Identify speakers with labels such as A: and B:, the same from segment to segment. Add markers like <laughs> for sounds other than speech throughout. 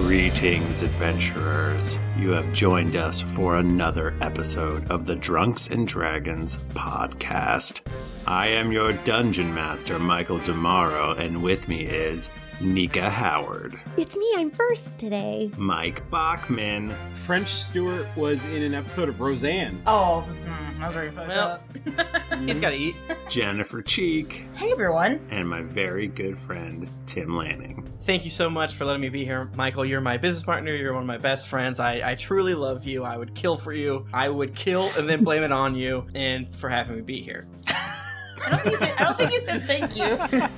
A: Greetings, adventurers. You have joined us for another episode of the Drunks and Dragons podcast. I am your dungeon master, Michael Damaro, and with me is Nika Howard,
B: It's me, I'm first today.
A: <laughs> Mike Bachman,
C: French Stewart was in an episode of Roseanne.
D: Oh, mm, I was ready for that.
E: Well. He's got to eat.
A: Jennifer Cheek,
D: <laughs> hey everyone.
A: and my very good friend, Tim Lanning.
E: Thank you so much for letting me be here, Michael. You're my business partner. You're one of my best friends. I, I truly love you. I would kill for you. I would kill and then blame it on you and for having me be here.
D: I don't, think you said, I don't think you said thank you.
E: <laughs>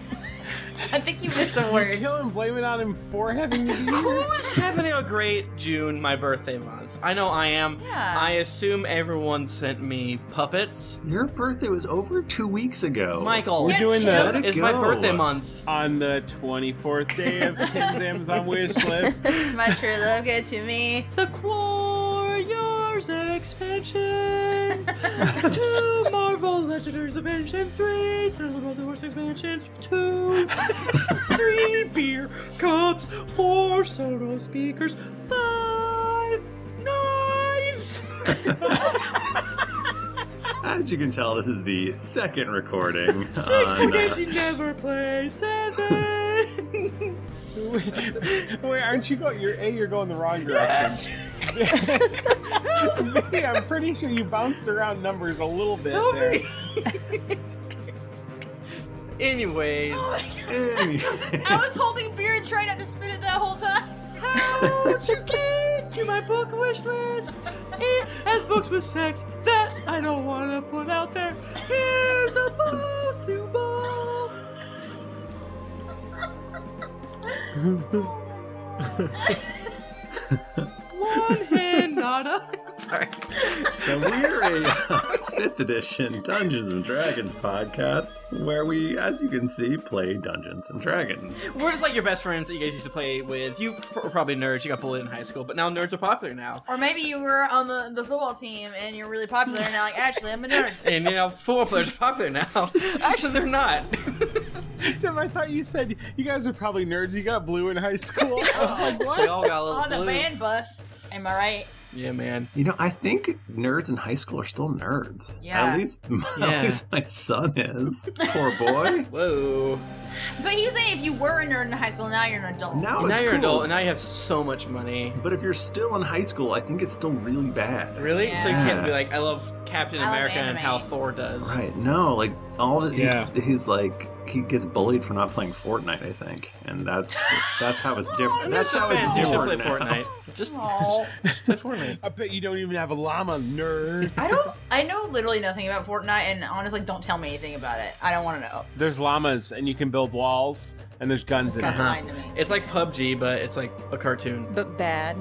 D: I think you missed some words.
C: Kill him, blame it on him for
D: <laughs>
C: having me. be here.
E: Who's having a great June, my birthday month? I know I am.
D: Yeah.
E: I assume everyone sent me puppets.
A: Your birthday was over two weeks ago.
E: Michael,
C: We're doing the-
E: it's
A: Let it
E: my
A: go.
E: birthday
A: <laughs>
E: month.
C: on the 24th day of Tim's Amazon wish list.
D: My true love gave to me.
E: The
D: <laughs>
E: Warriors expansion, two Marvel Legendaries expansion, three Sailor Moon Wars expansions, two,
A: <laughs>
E: three beer cups, four Sonos speakers, five
A: <laughs>
E: knives.
A: <laughs> As you can tell, this is the second recording. <laughs>
E: Six
A: on, uh,
E: games you never play. Seven.
C: <laughs> Wait, aren't you going? You're a. You're going the wrong direction. <laughs> Maybe I'm pretty sure you bounced around numbers a little bit
E: Help
C: there.
E: me.
C: <laughs>
E: Oh Anyways,
A: anyway.
D: I was holding beer and trying not to spit it that whole time.
E: how'd you get to my book wish list? It has books with sex that I don't want to put out there. Here's a possible. One hand nada. Sorry.
A: So we're a uh, <laughs> fifth edition Dungeons and Dragons podcast where we, as you can see, play Dungeons and Dragons.
E: We're just like your best friends that you guys used to play with. You pr- were probably nerds. You got bullied in high school, but now nerds are popular now.
D: Or maybe you were on the, the football team and you're really popular and now like actually I'm a
E: <laughs>
D: nerd.
E: And you know, football players are popular now. Actually, they're not.
C: <laughs> Tim, I thought you said you guys are probably nerds. You got blue in
E: <laughs>
C: high school. <laughs> I was like,
E: We
C: what?
E: all got a little
D: on the
E: blue.
D: band bus. Am I right?
E: Yeah, man.
A: You know, I think nerds in high school are still nerds.
D: Yeah.
A: At least, <laughs>
E: Yeah.
A: at least my son is. Poor boy.
E: <laughs> Whoa.
D: But he was saying if you were a nerd in high school, now you're an adult.
A: Now
E: now
A: it's
E: you're an
A: cool.
E: adult, and now you have so much money.
A: but if you're still in high school, I think it's still really bad.
E: Really? So you can't
A: Yeah.
E: be like, I love Captain
D: I love
E: America and
D: anime.
E: how Thor does.
A: Right. No, like all of it,
C: Yeah.
A: he, he's like he gets bullied for not playing Fortnite, I think, and that's that's how it's different. that's
E: Just
A: how
E: for
A: it's
E: fans, you should play
A: different now.
E: Fortnite. Just, <laughs>
D: Aw.
E: just play Fortnite.
C: I bet you don't even have a llama, nerd.
D: I don't I know literally nothing about Fortnite and honestly don't tell me anything about it. I don't want to know.
C: There's llamas, and you can build walls, and there's guns in
D: That's
C: it.
D: lying to me.
E: It's like PUBG, but it's like a cartoon.
F: but <laughs> bad.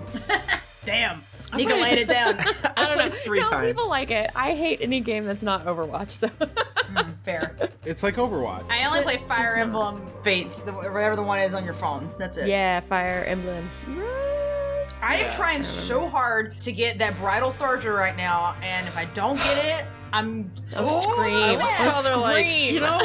D: Damn. <laughs> Nika laid it
F: <laughs>
D: down.
E: I don't know, three
F: no,
E: times.
F: people like it. I hate any game that's not Overwatch. So <laughs>
D: Mm, fair.
C: It's like Overwatch.
D: I only play Fire Emblem Fates, the, whatever the one is on your phone. That's it.
F: yeah, Fire Emblem.
D: I am
E: Yeah,
D: trying so hard to get that bridal Thorger right now, and if I don't get it, I'm.
F: Oh,
E: I
F: scream.
E: love
D: yeah.
E: how they're like,
F: Scream.
E: you know,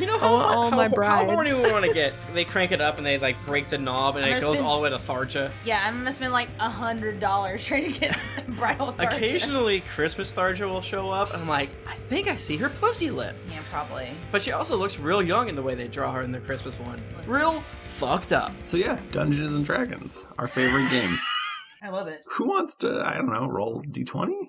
E: you know
F: I
E: <laughs> how,
F: want all
E: how,
F: my
E: how
F: brides.
E: horny we want to get. They crank it up and they like break the knob and
D: I'm
E: it
D: gonna
E: goes
D: spend-
E: all the way to Tharja.
D: <laughs> Yeah, I'm gonna spend like a hundred dollars trying
E: <laughs>
D: to get that bridal Thorger.
E: Occasionally, Christmas Tharja will show up and I'm like, I think I see her pussy lip.
D: Yeah, probably.
E: But she also looks real young in the way they draw her in the Christmas one.
D: Listen.
E: Real fucked up.
A: So yeah, Dungeons and Dragons, our favorite game.
D: I love it.
A: Who wants to? I don't know. Roll d twenty.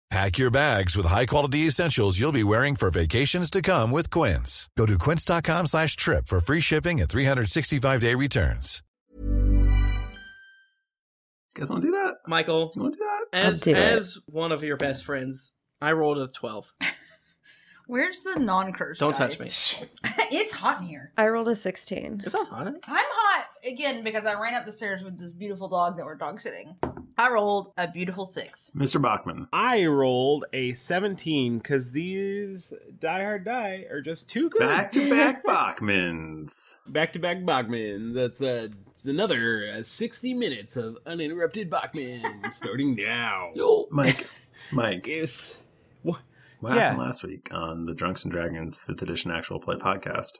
G: Pack your bags with high-quality essentials you'll be wearing for vacations to come with Quince. Go to quince.com slash trip for free shipping and 365-day returns.
A: guys want to do that?
E: Michael,
A: You want to do that?
E: as
F: do it.
E: as one of your best friends, I rolled a twelve.
D: Where's the non-curse?
E: Don't touch
D: me. <laughs> it's hot in here.
F: I rolled a 16.
E: Is that hot?
D: I'm hot again because I ran up the stairs with this beautiful dog that we're dog sitting. I rolled a beautiful six.
A: Mr. Bachman.
C: I rolled a 17 because these Die Hard Die are just too good.
A: Back to
C: <laughs>
A: back Bachmans.
C: Back to back Bachman. That's uh, it's another uh, 60 minutes of uninterrupted Bachman starting now.
A: Yo, Mike. Mike.
C: <laughs> Yes.
A: What
C: Yeah.
A: happened last week on the Drunks and Dragons 5th Edition Actual
D: <laughs>
A: Play podcast?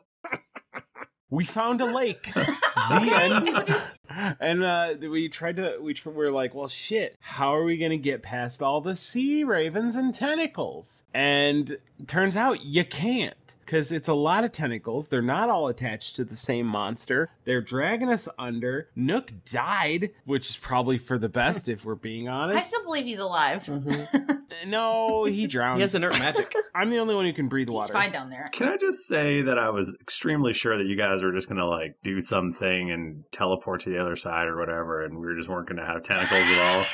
C: We found a lake. the end. And uh, we tried to. We tr- were like, well, shit. How are we gonna get past all the sea ravens and tentacles? And turns out you can't. Because it's a lot of tentacles. They're not all attached to the same monster. They're dragging us under. Nook died, which is probably for the best if we're being honest.
D: I still believe he's alive. <laughs>
E: Mm-hmm.
C: no, he drowned.
E: <laughs> He has inert magic.
C: I'm the only one who can breathe
D: He's
C: water.
D: fine down there.
A: Can I just say that I was extremely sure that you guys were just going to like do something and teleport to the other side or whatever, and we were just weren't going to have tentacles at all?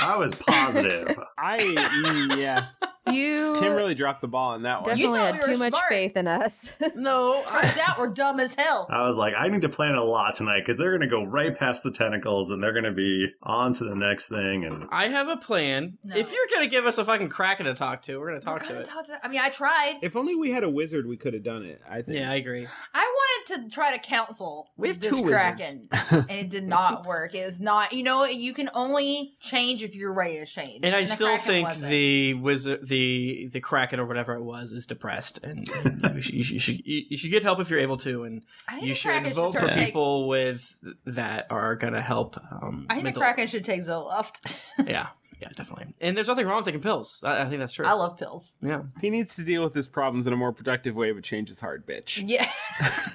A: I was positive.
C: <laughs> I yeah.
F: You
C: Tim really dropped the ball on that one.
F: definitely had
D: thought we were
F: too much
D: smart.
F: faith in us. <laughs>
E: No,
D: Turns out we're dumb as
E: <laughs>
D: hell.
A: I was like, I need to plan a lot tonight because they're going to go right past the tentacles and they're going to be on to the next thing. And
E: I have a plan.
D: No.
E: If you're gonna give us a fucking kraken to talk to, we're gonna
D: We're
E: talk to
D: gonna
E: it.
D: talk to- I mean, I tried.
C: If only we had a wizard, we could have done it. I think.
E: yeah, I agree.
D: I wanted to try to counsel
E: We have
D: this
E: two
D: kraken, and it did
E: <laughs>
D: not work. It was not, you know, you can only change if you're ready to change.
E: And I
D: the
E: still
D: kraken
E: think
D: wasn't.
E: the wizard, the the kraken or whatever it was, is depressed, and
D: <laughs>
E: you should you should, you you should get help if you're able to, and
D: I think
E: you
D: the
E: should
D: kraken
E: vote for
D: start take-
E: people with that are gonna help. Um,
D: I think
E: mental-
D: the kraken should take Zoloft. <laughs>
E: Yeah, yeah, definitely. And there's nothing wrong with taking pills. I, I think that's true.
D: I love pills.
E: Yeah,
C: He needs to deal with his problems in a more productive way, but change is hard, bitch.
D: Yeah,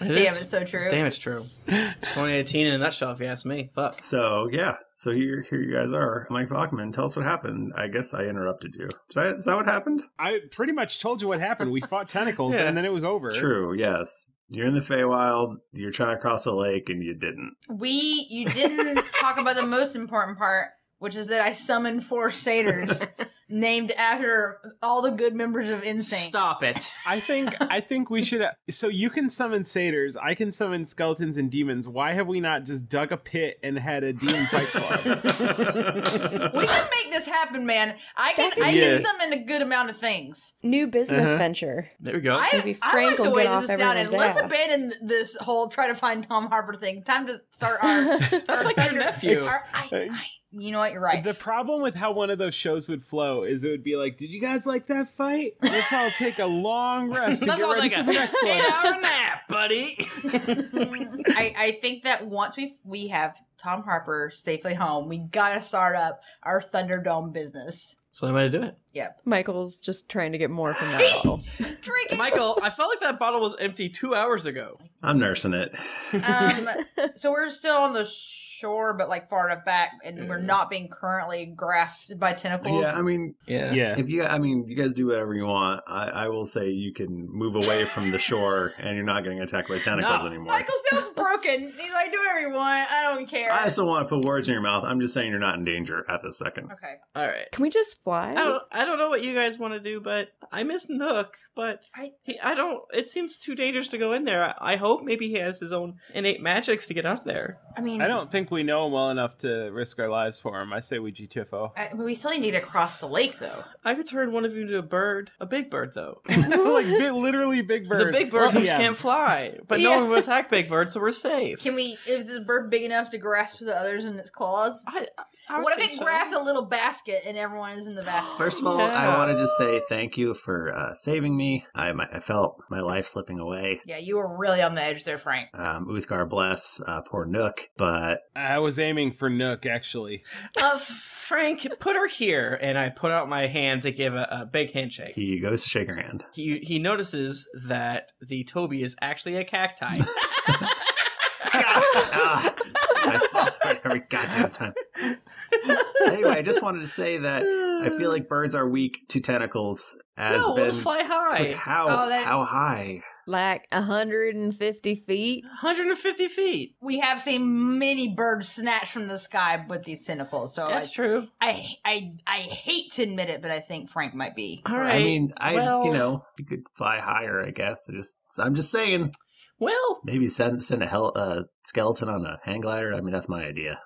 E: It
D: damn,
E: is.
D: it's so true.
E: Damn, it's true. 2018 in a nutshell, if you ask me. Fuck.
A: so, yeah. So here, here you guys are. Mike Bachman, tell us what happened. I guess I interrupted you. Did I, is that what happened?
C: I pretty much told you what happened. We fought tentacles,
E: Yeah.
C: and then it was over.
A: True. Yes. You're in the Feywild. You're trying to cross a lake, and you didn't.
D: We, you didn't talk about the most important part, which is that I summoned four satyrs named after all the good members of Insane.
E: Stop it.
C: I think I think we should. So you can summon satyrs. I can summon skeletons and demons. Why have we not just dug a pit and had a demon fight club?
D: We can make this happen, man. I can, I
C: Yeah.
D: can summon a good amount of things.
F: New business venture.
E: Uh-huh. There we go.
D: I,
F: Maybe
D: I
F: Frank
D: like the
F: will
D: way
F: get off
D: this is sounding.
F: everyone's
D: Let's
F: ass.
D: abandon this whole try to find Tom Harper thing. Time to
F: <laughs>
D: start our.
E: That's like your nephew.
D: our- I- I- you know what? You're right.
C: uh, the problem with how one of those shows would flow is it would be like, "Did you guys like that fight? Let's all take a long rest to
E: That's
C: get
E: all
C: ready
E: like
C: for
E: a
C: the next one."
E: eight-hour nap,
D: <laughs>
E: buddy.
D: I, I think that once we we have Tom Harper safely home, we gotta start up our Thunderdome business.
E: So I'm gonna do it.
D: <laughs> Yep.
F: Michael's just trying to get more from that bottle.
D: Drinking.
E: Michael, I felt like that bottle
D: Oh
E: was empty two hours ago.
A: I'm nursing it.
D: Um, so we're still on the sh- shore, but like far enough back, and we're not being currently grasped by tentacles.
A: Yeah, I mean, yeah.
C: Yeah.
A: If you, I mean, you guys do whatever you want. I, I will say you can move away from the shore, and you're not getting attacked by tentacles anymore.
D: Michael sounds broken. He's like, do whatever you want. I don't care.
A: I still want to put words in your mouth. I'm just saying you're not in danger at this second.
D: Okay.
A: All right.
F: Can we just fly?
E: I don't, I don't know what you guys want to do, but I miss Nook. But
D: I,
E: he, I don't. It seems too dangerous to go in there. I, I hope maybe he has his own innate magics to get out there.
D: I mean,
C: I don't think we know him well enough to risk our lives for him. I say we GTFO.
D: I, we still need to cross the lake, though.
E: I could turn one of you into a bird, a big bird though.
C: <laughs> like bi- literally big bird. Oh,
E: The big bird who
C: Yeah.
E: can't fly, but
D: Yeah.
E: no one will attack big bird, so we're safe.
D: Can we? Is the bird big enough to grasp the others in its claws?
E: would
D: what if
E: think
D: it
E: so.
D: grasps a little basket and everyone is in the basket?
A: First of all, I want to just say thank you for uh, saving me. I, my, I felt my life slipping away.
D: Yeah, you were really on the edge there, Frank.
A: Um, Uthgar bless uh, poor Nook, but
C: I was aiming for Nook actually.
E: Uh, Frank, put her here, and I put out my hand to give a, a big handshake.
A: he goes to shake her hand.
E: He he notices that the Toby is actually a cacti.
A: <laughs> I fall for it every goddamn time. anyway, I just wanted to say that I feel like birds are weak to tentacles. As
E: No,
A: been,
E: we'll just fly high.
A: Like, how
E: Oh, that-
A: how high?
F: Like 150 feet.
E: 150 feet.
D: We have seen many birds snatched from the sky with these tentacles. So
E: That's
D: I,
E: true.
D: I, I I hate to admit it, but I think Frank might be.
A: I mean, I you know you could fly higher. I guess. I just I'm just saying.
E: Well,
A: maybe send send a hell uh, skeleton on a hang glider. I mean, that's my idea.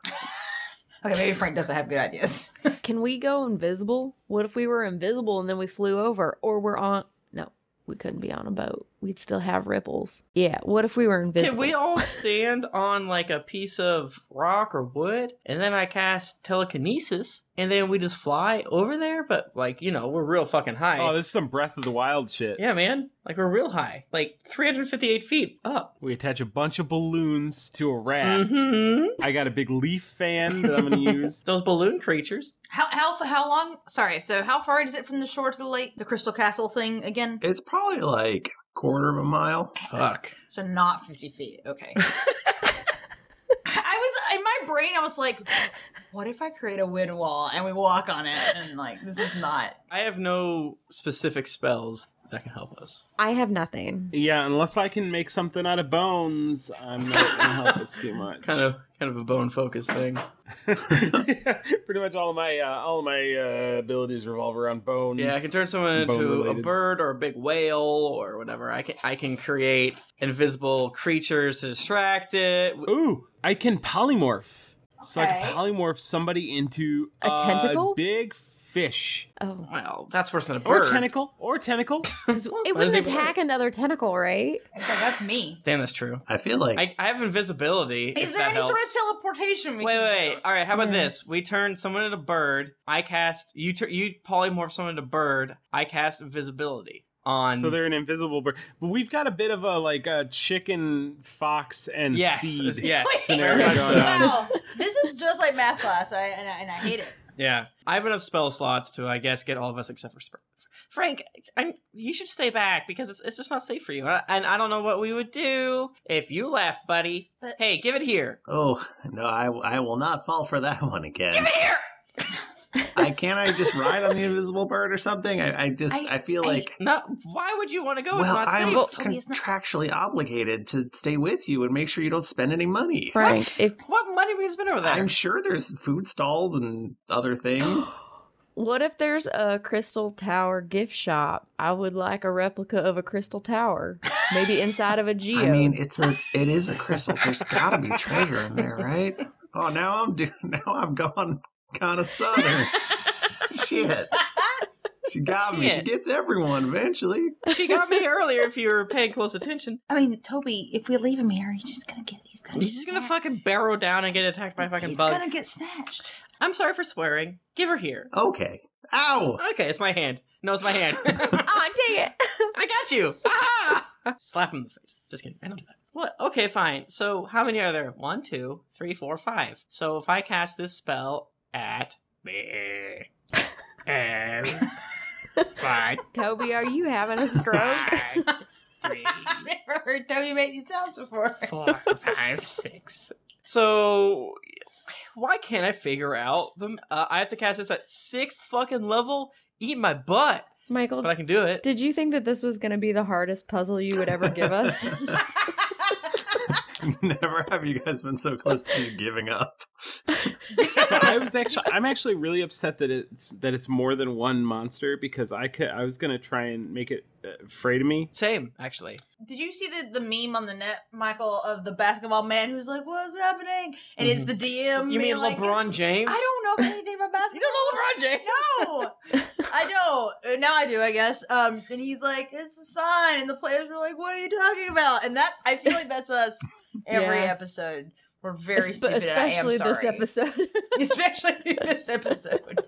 D: Okay, maybe Frank doesn't have good ideas. <laughs>
F: Can we go invisible? What if we were invisible and then we flew over? Or we're on. No, we couldn't be on a boat. We'd still have ripples. Yeah, what if we were invisible?
E: Can we all stand on like a piece of rock or wood, and then I cast telekinesis, and then we just fly over there? But like, you know, we're real fucking high.
C: Oh, this is some Breath of the Wild shit.
E: yeah, man. Like we're real high, like 358 feet up.
C: We attach a bunch of balloons to a raft. I got a big leaf fan that I'm
E: <laughs>
C: going to use.
E: Mm-hmm. Those balloon creatures.
D: How how how long? Sorry. So how far is it from the shore to the lake? The Crystal Castle thing again?
A: It's probably like quarter of a mile. Fuck.
D: So not fifty feet.
E: <laughs>
D: Okay. I was in my brain. I was like, what if I create a wind wall and we walk on it? And like, this is not.
E: I have no specific spells that can help us.
F: I have
E: <laughs>
F: nothing.
C: Yeah, unless I can make something out of bones, I'm not going to help us too much.
E: <laughs> Kind of, kind of a bone focus thing.
C: <laughs> Pretty much all of my uh, all of my uh, abilities revolve around bones.
E: Yeah, I can turn someone into a
C: Bone-related.
E: bird or a big whale or whatever. I can I can create invisible creatures to distract it.
C: Ooh, I can polymorph. So I
E: Okay.
C: can polymorph somebody into
E: A tentacle?
C: big fish.
F: Oh.
E: Well, that's worse than a
C: Or
E: bird.
C: tentacle. Or tentacle.
F: It wouldn't attack another tentacle, right?
D: It's like that's me.
E: Damn, that's true.
A: I feel like
E: I, I have invisibility.
D: Is
E: if
D: there
E: that
D: any
E: helps.
D: sort of teleportation? We
E: Wait,
D: can
E: wait,
D: do?
E: wait. All right, how about this? We turn someone into bird. I cast you. Tur- you polymorph someone into bird. I cast invisibility <laughs> on.
C: So they're an invisible bird. But we've got a bit of a like a chicken, fox, and
E: Yes,
C: seed
E: yes,
C: <laughs> scenario
E: very much
C: going
E: so.
C: on.
E: <laughs>
D: Wow, this is just like math class, I, and, I, and I hate it.
E: Yeah, I have enough spell slots to, I guess, get all of us except for Spr- Frank. I'm, you should stay back because it's, it's just not safe for you, and I, and I don't know what we would do if you left, buddy. hey, give it here.
A: oh no, I I will not fall for that one again. Give me here. I can't. I just ride on the invisible bird or something. I, I just I, feel like
E: No, why would you want to go? it's
A: well
E: not
A: I'm
E: safe.
A: contractually obligated to stay with you and make sure you don't spend any money.
F: Frank, if
E: what money we spend over there?
A: I'm sure there's food stalls and
E: <gasps>
A: other things.
F: What if there's a crystal tower gift shop? I would like a replica of a crystal tower, maybe
E: <laughs>
F: inside of a geo.
A: I mean, it's a it is a crystal. There's got to be treasure in there,
E: <laughs>
A: right? Oh, now I'm doing. <laughs> Now I've gone kind of southern. Shit, she got me. She
E: Shit.
A: gets everyone eventually. <laughs>
E: she got me earlier. If you were paying close attention,
D: I mean, Toby, if we leave him here, he's just gonna get he's gonna
E: he's just gonna fucking barrel down and get attacked by a fucking
D: he's
E: bug.
D: gonna get snatched.
E: I'm sorry for swearing. Give her here.
A: Okay. Ow!
E: Okay, it's my hand. No, it's my
A: <laughs>
E: hand.
F: oh, dang it.
E: I got you. <laughs> Ah! Slap him in the face. Just kidding. I don't do that. What? Okay, fine. So how many are there? One, two, three, four, five. So if I cast this spell at <laughs> me, and five,
F: Toby, are you having
E: <laughs>
F: a stroke?
E: five, three,
D: I've never heard Toby make these sounds before.
E: four, five, six. So why can't I figure out them? Uh, I have to cast this at sixth fucking level. Eat my butt.
F: Michael,
E: But I can do it.
F: did you think that this was going to be the hardest puzzle you would
E: <laughs>
F: ever give us?
A: Never have you guys been so close to just giving up.
C: <laughs> so I was actually I'm actually really upset that it's that it's more than one monster because I could I was gonna try and make it uh, afraid of me.
E: Same actually.
D: Did you see the, the meme on the net, Michael, of the basketball man who's like, "What's happening?" And it's the DM.
E: Mm-hmm. You
D: being
E: mean
D: like,
E: LeBron
D: "It's-
E: James?
D: I don't know anything
F: <laughs>
D: about basketball.
E: you
D: don't know LeBron James? No, I don't. Uh, Now I do, I guess. Um, and he's like, "It's a sign," and the players were like, "What are you talking about?" And that I feel like that's us every
F: Yeah.
D: episode. We're very
F: Espe-
D: stupid. and I am
F: especially this
D: sorry.
F: episode.
D: <laughs> especially this episode.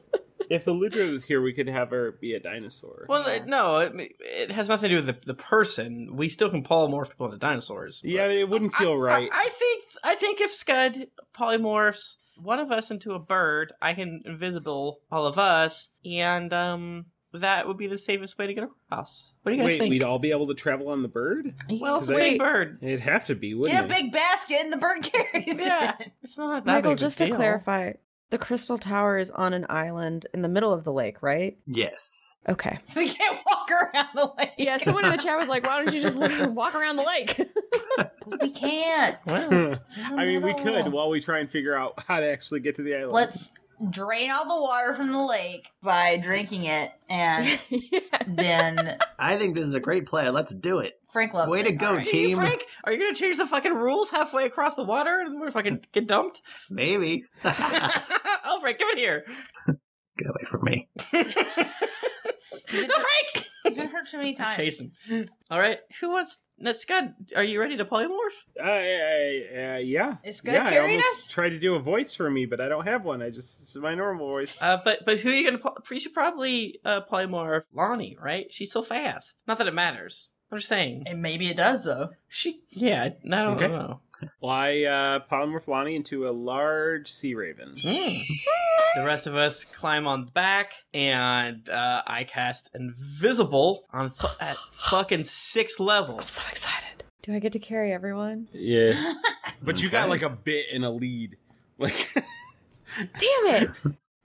C: If Eludra was here, we could have her be a dinosaur.
E: Well, it- no, it, it has nothing to do with the, the person. We still can polymorph people into dinosaurs.
C: yeah, it wouldn't feel right.
E: I, I think I think if Scud polymorphs one of us into a bird, I can invisible all of us, and um, that would be the safest way to get across. What do you guys
C: Wait,
E: think?
C: we'd all be able to travel on the bird?
E: well, it's a
F: Wait.
E: big bird.
C: It'd have to be, wouldn't
D: Get a
C: it?
D: big basket, and the bird carries
E: Yeah,
D: it.
E: it's not that big
F: Michael,
E: of a
F: just to
E: deal.
F: clarify, the Crystal Tower is on an island in the middle of the lake, right?
A: Yes.
F: Okay.
D: So we can't walk around the lake.
F: Yeah, someone in the chat was like, why don't you just walk around the lake?
D: <laughs> We can't.
E: Well,
C: <laughs> I mean, we could while we try and figure out how to actually get to the island.
D: Let's drain all the water from the lake by drinking it,
F: <laughs>
D: and then
A: <laughs> I think this is a great play. Let's do it.
D: Frank loves
A: Way
D: it.
A: to go,
D: All right.
A: team.
E: Frank, are you gonna change the fucking rules halfway across the water and we're fucking get dumped?
A: Maybe. <laughs> Get
E: <laughs> oh, Frank, give it here.
A: away
E: <laughs>
A: from me.
D: He's been,
E: Frank,
D: he's been hurt too
E: <laughs>
D: many times.
E: chase him. All right, who wants? Now, Scud, are you ready to polymorph?
C: Uh, uh, uh, yeah.
D: Is Scud
C: yeah, I
D: carrying
C: almost
D: us?
C: Tried to do a voice for me, but I don't have one. I just it's my normal voice.
E: Uh, but but who are you gonna? Poly- you should probably uh, polymorph Lonnie, right? She's so fast. Not that it matters. I'm just saying.
D: And maybe it does though.
E: She, yeah, I don't
C: Okay.
E: know.
C: Well, I uh, polymorph Lonnie into a large sea raven.
E: Hmm. The rest of us climb on back, and uh, I cast invisible on fu- at fucking six
F: I'm
E: levels.
F: so excited. Do I get to carry everyone?
E: <gasps>
C: Yeah. but you got
A: Okay.
C: like a bit and a lead. Like
F: Damn it!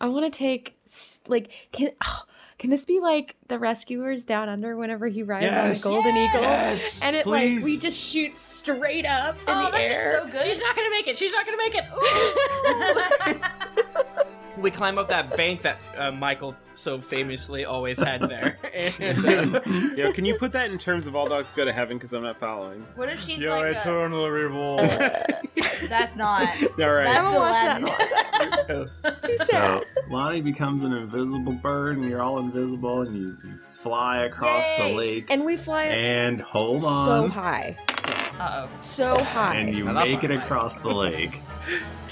F: I want to take s- like can oh, can this be like the rescuers down under whenever he rides
A: Yes.
F: on a golden eagle
A: Yes,
F: and it
A: please.
F: like we just shoot straight up in
D: Oh,
F: the
D: that's just
F: air.
D: so good.
E: She's not gonna make it. She's not gonna make it.
D: <laughs>
E: Ooh. we climb up that bank that uh, Michael so famously always had there. And, uh,
C: Yo, can you put that in terms of all dogs go to heaven because I'm not following.
D: What if she's like a-
C: eternal reward.
D: That's
E: <laughs>
D: not.
C: all
F: I
C: right.
D: That's
F: haven't watched that in
D: Aladdin.
F: a long time. It's
D: <laughs>
F: too sad.
A: So Lonnie becomes an invisible bird, and you're all invisible, and you, you fly across
D: Yay.
A: the lake.
F: and we fly
A: And hold on.
F: so high,
D: Uh oh.
F: so high.
A: And you
E: Now that's
A: make it
E: not right.
A: across the lake.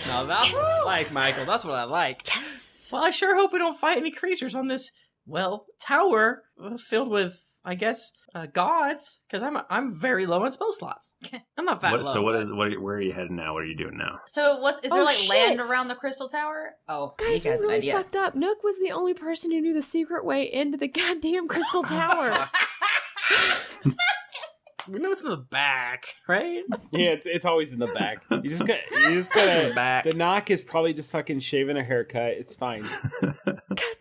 E: now that's what I like Michael. That's what I like.
F: yes.
E: Well, I sure hope we don't fight any creatures on this well tower uh, filled with, I guess, uh, gods. Because I'm I'm very low on spell slots. I'm not that
A: What,
E: low.
A: so what is what? are you- Where are you headed now? What are you doing now?
D: So what's is there
F: Oh,
D: like
F: shit.
D: land around the crystal tower? Oh,
F: Guys,
D: he
F: we
D: has an
F: really
D: idea.
F: fucked up. Nook was the only person who knew the secret way into the goddamn
D: <laughs>
F: crystal tower.
E: <laughs> We know it's in the back, right?
C: Yeah, it's, it's always in the back. You just got you just
E: In
C: gotta
E: the back.
C: The knock is probably just fucking shaving a haircut. It's fine.
F: God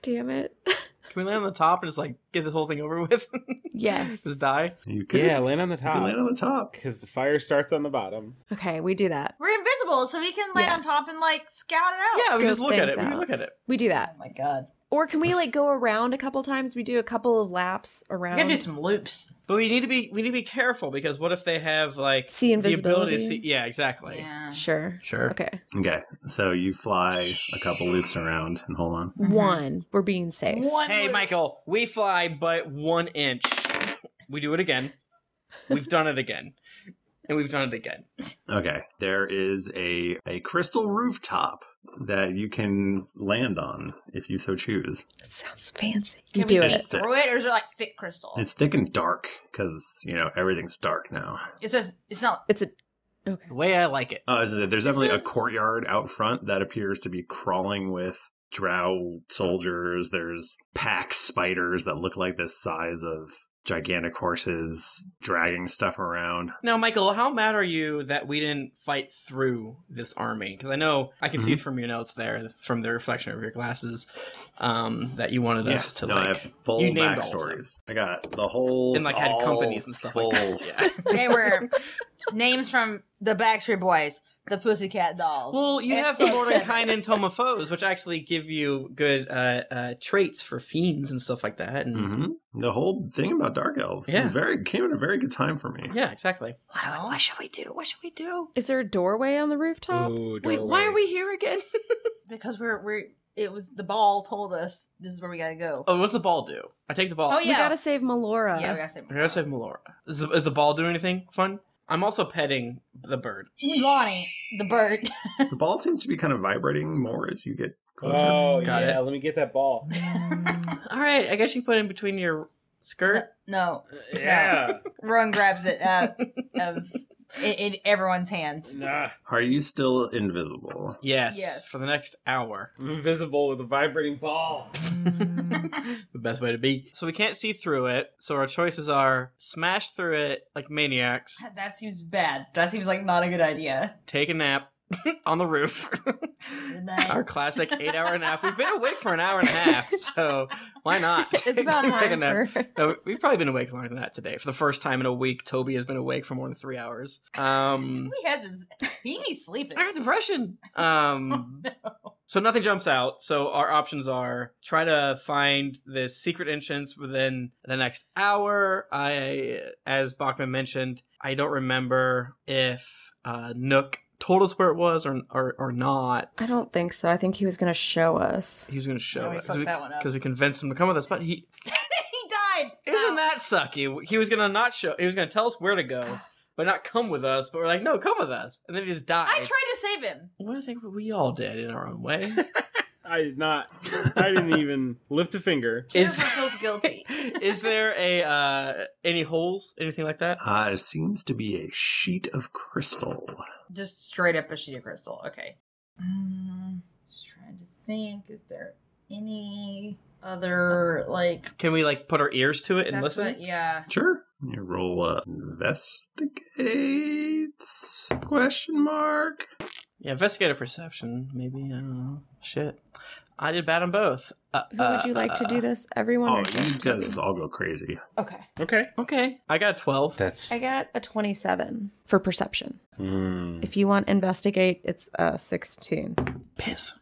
F: damn it. <laughs>
E: Can we land on the top and just like get this whole thing over with? <laughs>
F: Yes.
E: just die.
A: You could,
C: yeah, land on the
A: you could land
C: top
A: on the top.
C: because the fire starts on the bottom.
F: Okay, we do that.
D: We're invisible, so we can land
F: Yeah.
D: on top and like scout it out.
E: Yeah, we just
F: scope
E: look at
F: things
E: it. We
F: out.
E: look at it.
F: We do that.
D: Oh my god.
F: Or can we like go around a couple times? We do a couple of laps
D: We
F: around.
D: gotta do some loops.
E: But we need to be we need to be careful because what if they have like
F: See
E: the ability to see?
F: invisibility?
E: Yeah, exactly.
D: Yeah.
F: Sure.
A: Sure.
F: Okay.
A: Okay. So you fly a couple loops around and hold on.
D: Mhm.
F: Mm-hmm. One. We're being safe.
D: One
E: Hey,
D: loop.
E: Michael, we fly but one inch. We do it again. We've done it again, and we've done it again.
A: Okay. There is a a crystal rooftop that you can land on if you so choose.
F: That sounds fancy.
D: Can
F: do
D: we
F: it.
D: see through it, or is it like thick crystal?
A: It's thick and dark because you know everything's dark now.
D: It's just it's not.
F: It's a Okay.
E: The way I like it.
A: Oh, is it- there's
D: This
A: definitely
D: is-
A: a courtyard out front that appears to be crawling with drow soldiers. There's pack spiders that look like the size of gigantic horses dragging stuff around.
E: Now, Michael, how mad are you that we didn't fight through this army? Because I know I can see
A: Mhm.
E: from your notes there, from the reflection of your glasses, um, that you wanted us to
A: no,
E: like
A: I have full
E: you named all of them.
A: backstories. I got the whole
E: And, like, had
A: all
E: companies and stuff like
A: full.
D: They were names from the Backstreet Boys, the Pussycat Dolls.
E: <laughs> Well, you have
D: etc.
E: Mordenkainen and Tomophobes, which actually give you good uh, uh, traits for fiends and stuff like that. And
A: Mm-hmm. The whole thing about dark elves
E: Yeah.
A: yeah. very came at a very good time for me.
E: yeah, exactly.
F: What, should we do? What should we do? Is there a doorway on the rooftop?
A: Wait, why doorway.
F: are
E: we here again? <laughs>
D: because we're we're it was the ball told us this is where we gotta go.
E: Oh, what's the ball do? I take the ball.
D: Oh,
F: We
D: yeah.
F: gotta save Melora.
D: Yeah, we gotta say
E: I gotta save Melora. Is, the- is the ball doing anything fun? I'm also petting the bird.
D: Lonnie, the bird. <laughs>
A: the ball seems to be kind of vibrating more as you get closer.
C: Oh,
E: Got
C: yeah.
E: it.
C: Let me get that ball.
E: All right, I guess you can put it in between your skirt.
D: No,
C: Yeah.
D: Rowan grabs it
E: <laughs>
D: out of in, in everyone's hands.
C: nah.
A: Are you still invisible?
E: Yes,
D: Yes.
E: For the next hour.
C: I'm invisible with a vibrating ball.
E: <laughs> The best way to be. So we can't see through it. So our choices are smash through it like maniacs,
D: That seems bad. That seems like not a good idea.
E: take a nap <laughs> on the roof. our classic eight hour nap. We've been awake for an hour and a half, so why not?
F: <laughs> It's about
E: <laughs> Take a
F: time
E: nap.
F: for-
E: No, we've probably been awake longer than that today. For the first time in a week, Toby has been awake for more than three hours. Um,
D: He has been he be sleeping.
E: I got depression.
D: <laughs>
E: Um,
D: Oh,
E: So nothing jumps out. So our options are try to find this secret entrance within the next hour. I, as Bachman mentioned, I don't remember if uh, Nook told us where it was or or, or not.
F: I don't think so. I think he was gonna show us.
E: He was going to show
D: Yeah, we
E: it
D: fucked that one up.
E: because we convinced him to come with us, but he
D: <laughs> he died.
E: isn't that sucky. He was going to not show. He was going to tell us where to go, but not come with us. But we're like, no, come with us, and then he just died.
D: I tried to save him.
E: Well, I think we all did in our
D: <laughs>
E: own way. <laughs>
C: I did not. I didn't even lift a finger.
E: Is-
D: feels
E: <laughs>
D: guilty.
E: Is there a uh any holes, anything like that?
A: Uh, it seems to be a sheet of crystal.
D: Just straight up a sheet of crystal. Okay. Mm, just trying to think. Is there any other like?
E: Can we like put our ears to it and
D: uh, that's
E: listen?
D: what- yeah.
A: Sure. You roll uh, investigates question mark.
E: Yeah, investigate a perception, maybe. I don't know. Shit, I did bad on both. Uh,
F: Who would you like to do this? Everyone
A: Oh,
F: or
A: you
F: just
A: guys
F: Toby?
A: all go crazy.
F: Okay.
C: Okay.
E: Okay, I got a twelve.
A: That's
F: I got a 27 for perception.
A: mm,
F: If you want investigate, it's a 16.
D: <laughs>
E: piss.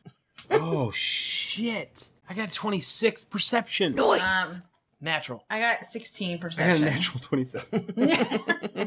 C: oh shit! I got 26 perception.
F: Nice.
E: Natural.
D: I got sixteen
C: I got a
D: perception.
C: natural 27.
D: <laughs>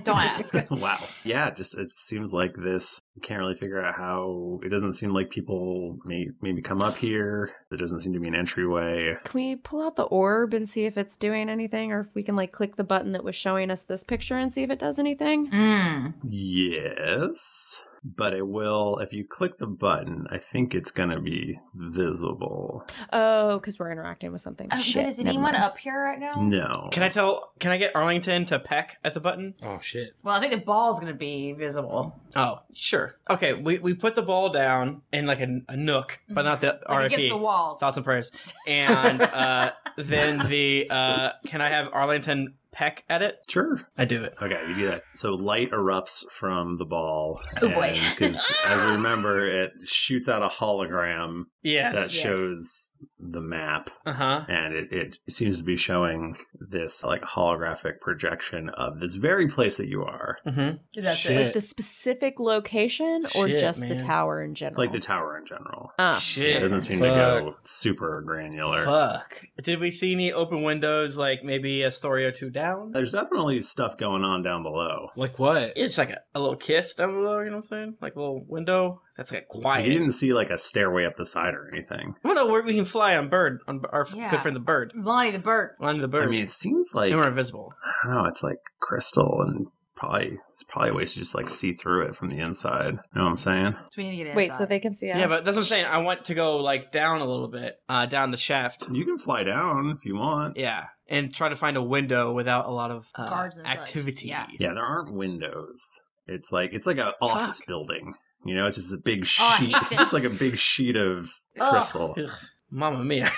D: Don't
A: <laughs>
D: ask.
A: wow. Yeah, just it seems like this. You can't really figure out how. It doesn't seem like people may maybe come up here. There doesn't seem to be an entryway.
F: Can we pull out the orb and see if it's doing anything or if we can like click the button that was showing us this picture and see if it does anything?
D: Mm.
A: Yes, but it will. If you click the button, I think it's gonna be visible.
F: Oh, cuz we're interacting with something.
D: Um,
F: Shit,
D: but is
F: never
D: anyone
F: mind.
D: up here right now?
A: No.
E: Can I tell? Can I get Arlington to peck at the button?
C: Oh shit!
D: Well, I think the ball's gonna be visible.
E: Oh, sure. Okay, we, we put the ball down in like a, a nook, but not the
D: Like
E: RIP.
D: against the wall.
E: Thoughts and prayers. And uh, <laughs> then the uh, can I have Arlington peck at it?
A: Sure.
E: I do it.
A: Okay, you do that. So light erupts from the ball.
D: Oh, boy.
A: Because as we remember, it shoots out a hologram that
E: Yes.
D: yes.
A: shows the map,
E: Uh huh.
A: and it, it seems to be showing this like holographic projection of this very place that you are,
E: hmm
D: That's
C: Shit.
D: it.
F: like the specific location or
E: Shit,
F: just the
E: man.
F: tower in general?
A: like the tower in general.
F: Ah.
A: It
E: Shit.
A: doesn't seem to go super granular.
E: Fuck. Did we see any open windows, like maybe a story or two down?
A: There's definitely stuff going on down below.
C: Like what?
E: It's like a, a little kiss down below, you know what I'm saying? Like a little window. That's like
A: Like, you
E: quiet.
A: didn't see like a stairway up the side or anything.
E: Oh no, we we can fly on bird, on our f-
D: Yeah.
E: good friend the bird.
D: Lonnie the bird.
E: On the bird.
A: I mean, it seems like
E: and we're invisible.
A: I don't know. It's like crystal and probably it's probably ways to just like see through it from the inside. You know what I'm saying?
D: So we need to get
F: Wait,
D: inside.
F: so they can see us.
E: Yeah, but that's what I'm saying. I want to go like down a little bit, uh, down the shaft.
A: You can fly down if you want.
E: Yeah, and try to find a window without a lot of uh,
D: Guards and such.
E: activity.
D: Yeah.
A: Yeah, there aren't windows. It's like it's like an office
E: Fuck.
A: building. You know, it's <laughs> just a big
D: Oh, I
A: sheet.
D: hate
A: it's just
D: this.
A: like a big sheet of
D: Ugh.
A: crystal.
E: Ugh, Mamma mia.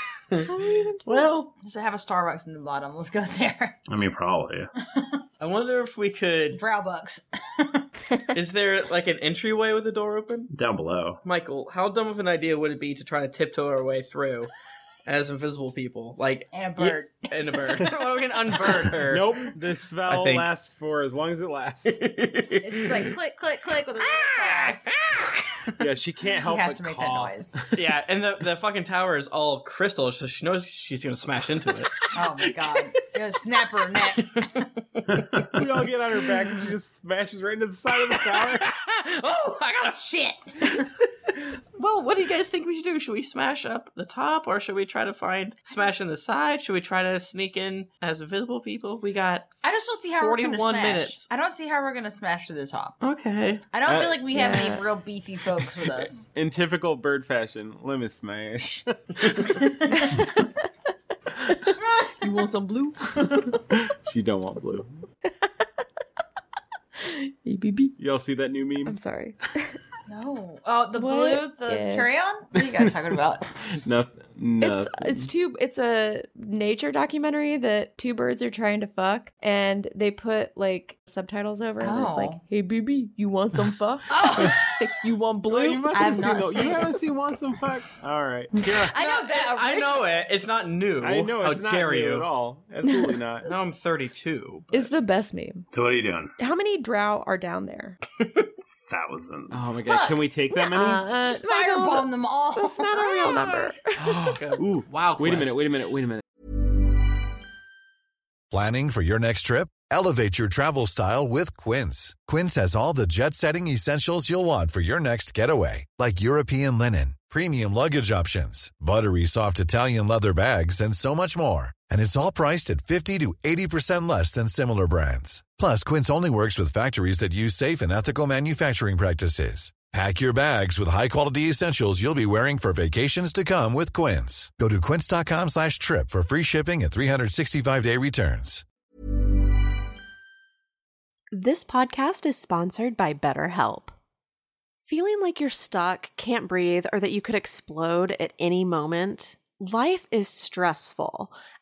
E: well, does it have a Starbucks in the bottom? Let's go <laughs> there.
A: I mean, probably.
E: I wonder if we could.
D: Browbucks.
E: <laughs> Is there like an entryway with a door open?
A: Down below.
E: Michael, how dumb of an idea would it be to try to tiptoe our way through as invisible people? Like
D: <laughs> And a bird.
E: Yeah, and
D: <laughs>
E: a bird. <laughs> Well, we can unbird her.
H: Nope, this spell
E: think.
H: lasts for as long as it lasts.
D: It's just like click, click, click with a really
E: Ah!
D: fast.
H: yeah, she can't help
D: she has
H: but
D: to make
H: call.
D: that noise.
E: yeah, and
H: <laughs>
E: the, the fucking tower is all crystal, so she knows she's gonna smash into it.
D: Oh my god. You're gonna snap her neck.
H: <laughs> we all get on her back and she just smashes right into the side of the
D: <laughs>
H: tower.
E: oh, I got a shit. well, what do you guys think we should do? Should we smash up the top, or should we try to find smash in the side? Should we try to sneak in as invisible people? We got
D: I just don't see how we're gonna
E: 41
D: smash.
E: minutes.
D: I don't see how we're gonna smash to the top.
E: okay.
D: I don't
H: Uh,
D: feel like we have
E: yeah.
D: any real beefy folks with us.
H: In typical bird fashion, lemon smash. <laughs>
F: You want some
E: <laughs>
F: blue?
H: she don't want blue.
F: ABB.
H: Y'all see that new meme?
F: I'm sorry.
D: <laughs> No. Oh, the
F: What?
D: blue, the
F: Yeah.
D: carry on? What are you guys talking about?
H: <laughs>
D: uh,
H: No, no.
F: It's <laughs> it's two it's a nature documentary that two birds are trying to fuck and they put like subtitles over it. and It's like,
D: Oh.
F: hey BB, you want some fuck?
D: <laughs> Oh,
F: Like, <laughs> you want
H: Oh,
F: blue?
H: you must
D: I've
H: have seen
D: not
H: those.
D: seen
H: You
D: it.
H: haven't seen Want Some Fuck? <laughs> All right. Kira,
D: I know that.
E: I know it. It's not new.
H: I know
E: How
H: it's not
E: dare
H: new
E: you?
H: at all. Absolutely not.
E: <laughs> Now I'm 32. but-
F: It's the best meme.
A: So what are you doing?
F: How many drow are down there?
A: Thousands.
H: Oh my god, can we take that many?
F: Uh, Michael,
D: Firebomb them all.
F: That's not a real number.
H: <gasps> Ooh,
E: Wow.
H: wait a minute,
E: Quest.
H: wait a minute, wait a minute.
G: Planning for your next trip? Elevate your travel style with Quince. Quince has all the jet setting essentials you'll want for your next getaway, like European linen, premium luggage options, buttery soft Italian leather bags, and so much more. And it's all priced at 50 to 80% less than similar brands. Plus, Quince only works with factories that use safe and ethical manufacturing practices. Pack your bags with high-quality essentials you'll be wearing for vacations to come with Quince. Go to quince.com slash trip for free shipping and 365-day returns.
I: This podcast is sponsored by BetterHelp. Feeling like you're stuck, can't breathe, or that you could explode at any moment? Life is stressful.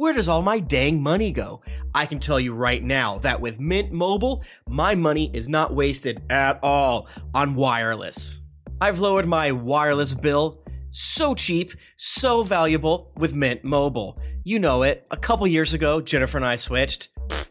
J: Where does all my dang money go? I can tell you right now that with Mint Mobile, my money is not wasted at all on wireless. I've lowered my wireless bill. So cheap, so valuable with Mint Mobile. You know it. A couple years ago, Jennifer and I switched. Pfft,